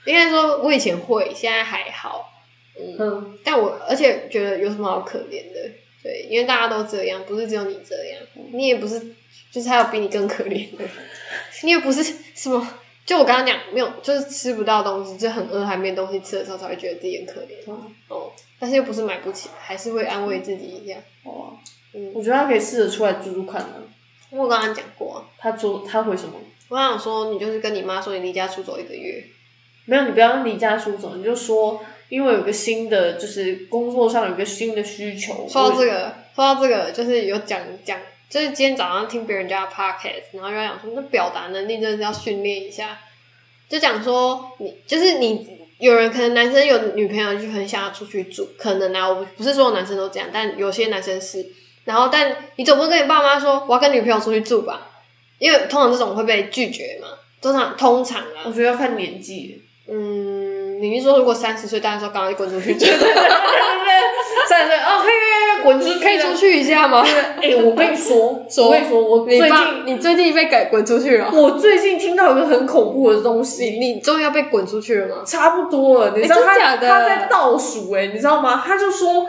应该说，我以前会，现在还好。嗯，
嗯，
但我而且觉得有什么好可怜的？对，因为大家都这样，不是只有你这样，你也不是，就是还有比你更可怜的，你也不是什么。就我刚刚讲，没有，就是吃不到东西，就很饿还没东西吃的时候，才会觉得自己很可怜。哦，但是又不是买不起，还是会安慰自己一下。
哦，
嗯，
我觉得他可以试着出来住住看啊。
我刚刚讲过、啊，
他说他回什么？
我想说，你就是跟你妈说你离家出走一个月，
没有，你不要离家出走，你就说因为有个新的，就是工作上有个新的需求。
说到这
我，
个，说到这个，就是有讲讲，就是今天早上听别人家的 podcast，然后就在讲说，那表达能力真的是要训练一下。就讲说，你就是你，有人可能男生有女朋友就很想要出去住，可能啊，我不是所有男生都这样，但有些男生是。然后，但你总不能跟你爸妈说我要跟女朋友出去住吧，因为通常这种会被拒绝嘛。通常通常啊，
我觉得要看年纪。
嗯，你是说如果三十岁大的时候，刚刚就滚出 *laughs* 去，
三十岁哦，可以滚出去，
可以出。去一下吗？
哎、我跟你说，
说
我跟你说，我
你
最
爸，
近
你最近被改滚出去了，
我最近听到一个很恐怖的东西，
你你终于要被滚出去了吗？
差不多了，你知道
欸真
他、
假的
他在倒数哎、你知道吗？他就说，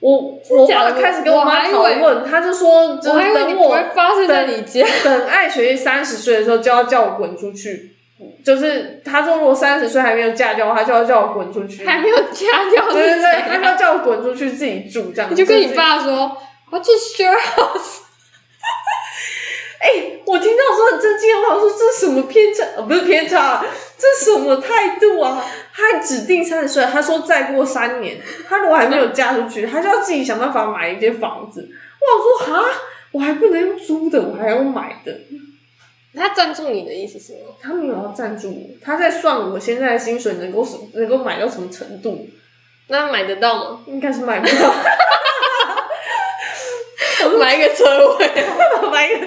我我
假
爸
的
开始跟我
我
妈
还以
讨
为
论，他就说，就
我还以
是
为你
等
不
我
会发生在你家，
等艾雪三十岁的时候就要叫我滚出去，就是他说如果三十岁还没有嫁掉，他就要叫我滚出去，
还
对
没有嫁掉之
对对，他就
前，
要叫我滚出去自己住这样，
你就跟
自
你
己
爸说，我要去 share house，
哎、我听到说很震惊，我想说这是什么偏差？呃，不是偏差，这是什么态度啊？他还指定三十岁，他说再过三年，他如果还没有嫁出去，他就要自己想办法买一间房子。我想说哈，我还不能用租的，我还要买的。
他赞助你的意思是吗？
他没有要赞助我，他在算我现在的薪水能够什能够买到什么程度，
那买得到吗？
应该是买
*laughs*
不到。
买一个车位，
买一个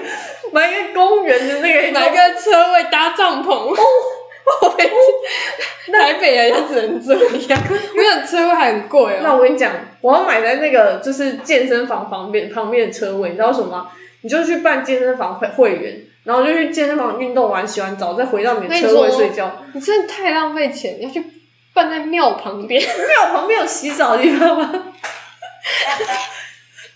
买一个公园的那
买一
个，
个哦车位搭帐篷。我每次台北人就只能这样，没有车位还很贵
那
哦。
我跟你讲，我要买在那个就是健身房旁边旁边的车位，你知道什么吗？你就去办健身房会会员，然后就去健身房运动完、洗完澡，再回到你的车位睡
*laughs*
觉。
你真的太浪费钱，要去办在庙旁边。 *laughs*
庙旁边有洗澡的地方吗？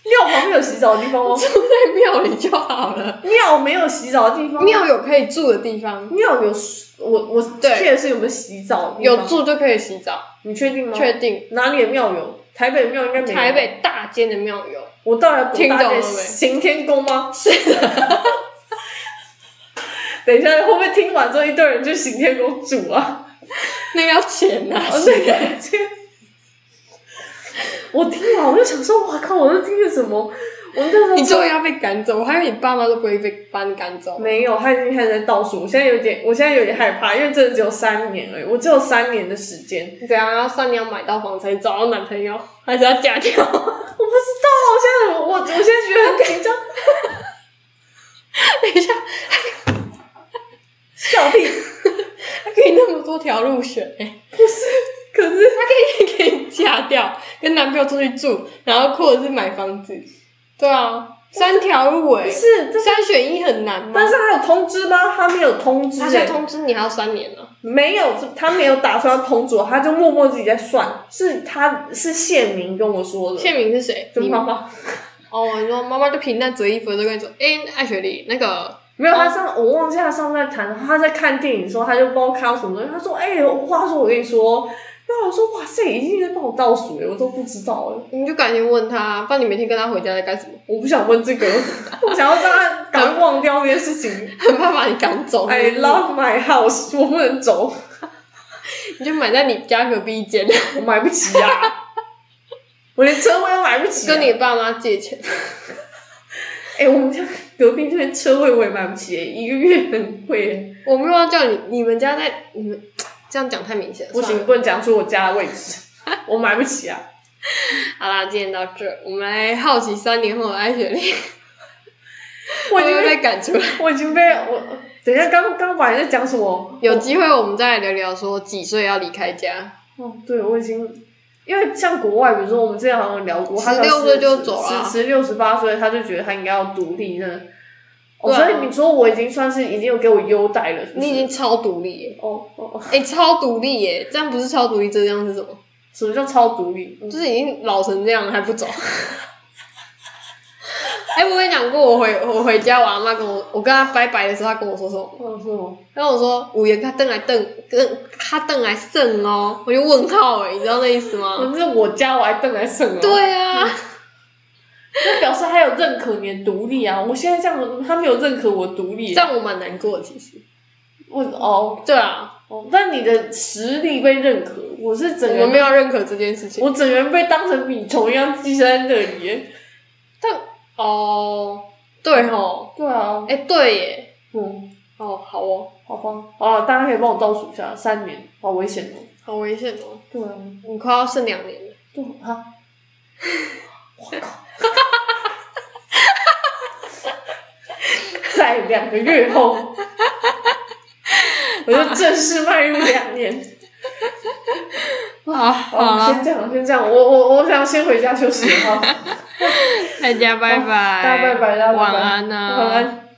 庙旁边有洗澡的地
*laughs*
方吗？
住在庙里就好了。
庙没有洗澡的地方。
庙有可以住的地方，
庙有我我
对
确实有没有洗澡的地方？
有住就可以洗澡，
你确定吗？
确定。
哪里的庙有？台北的庙应该没有。
台，北大间的庙有，
我到底
听
要
懂
多
了
大
没
间行天宫吗？是的。 *laughs* 等一下，会不会听完之后一堆人去行天宫
*laughs*
住啊？
那个要钱啊呐、
哦，对，感觉。我听完我就想说，哇靠！我在听的什么？我那时候
你终于要被赶走，我还以为你爸妈都不会被把你赶走。
没有，他已经开始在倒数。我现在有点，我现在有点害怕，因为真的只有三年而已，我只有三年的时间。
你怎啊样要算你要买到房才找到男朋友，还是要嫁掉？ *laughs*
我不知道，我现在我我现在觉得很紧张。
等一下，
笑屁！
还可以那么多条路选、欸，
不是，可是
他可以可以嫁掉，跟男朋友出去住，然后或者是买房子。对啊，三条路哎、
不是，这
三选一很难吗？
但是他有通知吗？他没有通知、
他
欸，
现在通知你还要三年呢、
没有，他没有打算要通知我，他就默默自己在算。是他是谢明跟我说的，
谢明是谁？
就
你
妈妈
哦，你说妈妈就平淡折衣服，就跟你说，哎、艾雪莉，那个
没有，他上我忘记他上次在谈，他在看电影的时候，他就不知道看到什么东西，他说：“哎、我话说我跟你说。”然后我说：“哇塞，已经在帮我倒数了，我都不知道了，
你就赶紧问他，不然你每天跟他回家在干什么？ *laughs*
我不想问这个， *laughs* 我想要让他赶快忘掉这件事
*laughs*
情。
很怕把你赶走。
I love my house，我不能走。”
你就买在你家隔壁
*laughs*
间，
我买不起呀、我连车位都买不起、啊。
跟你爸妈借钱。
哎、我们家隔壁那边车位我也买不起耶，一个月很贵耶。
我没有要叫你，你们家在你们这样讲太明显了。
不
算
行，
了，
不能讲出我家的位置，我买不起啊。
好啦，今天到这，我们来好奇三年后的艾雪
*laughs*
莉
我
会
已
不
经
会
被
被赶出来。
我已经被我等一下，刚刚晚上在讲什么？
有机会我们再来聊聊说几岁要离开家，
哦，对，我已经，因为像国外，比如说我们之前好像有聊过，他
16岁就走了啊
十六十八岁他就觉得他应该要独立呢。哦，
对啊
所以你说我已经算是已经有给我优待了，是不是
你已经超独立耶！
哦哦，哦
哎、超独立耶！这样不是超独立，这样是什么？
什么叫超独立？嗯
就是已经老成这样了还不走。 *laughs* 哎、我跟你讲过，我回我回家，我阿妈跟我，我跟她拜拜的时候，她跟我说什么？
哦，是吗？
然后我说五爷他瞪来瞪，跟他瞪来瞪哦，我就问号哎，你知道那意思吗？
可是我家我还瞪来瞪了。，
对啊，
那表示他有认可你的独立啊！我现在这样，他没有认可我独立
这
啊。
样我蛮难过的，其实。
我哦
对啊，
哦，但你的实力被认可，我是
我
整
们没
个
有认可这件事情。
我整个人被当成米虫一样寄生在那里耶。
但哦，对吼，
对啊，
哎、对耶，
嗯，
哦，好哦，
好吧，好了，大家可以帮我倒数一下，三年，好危险哦。
好危险哦，
对啊，
你快要剩两年了。
对啊，我靠，在两个月 *laughs* 后，我就正式迈入两年。
好，
好啊，先这样，先这样，我我我想先回家休息哈。
大家拜拜，
大家拜拜大家拜拜
晚安呐、啊
晚安。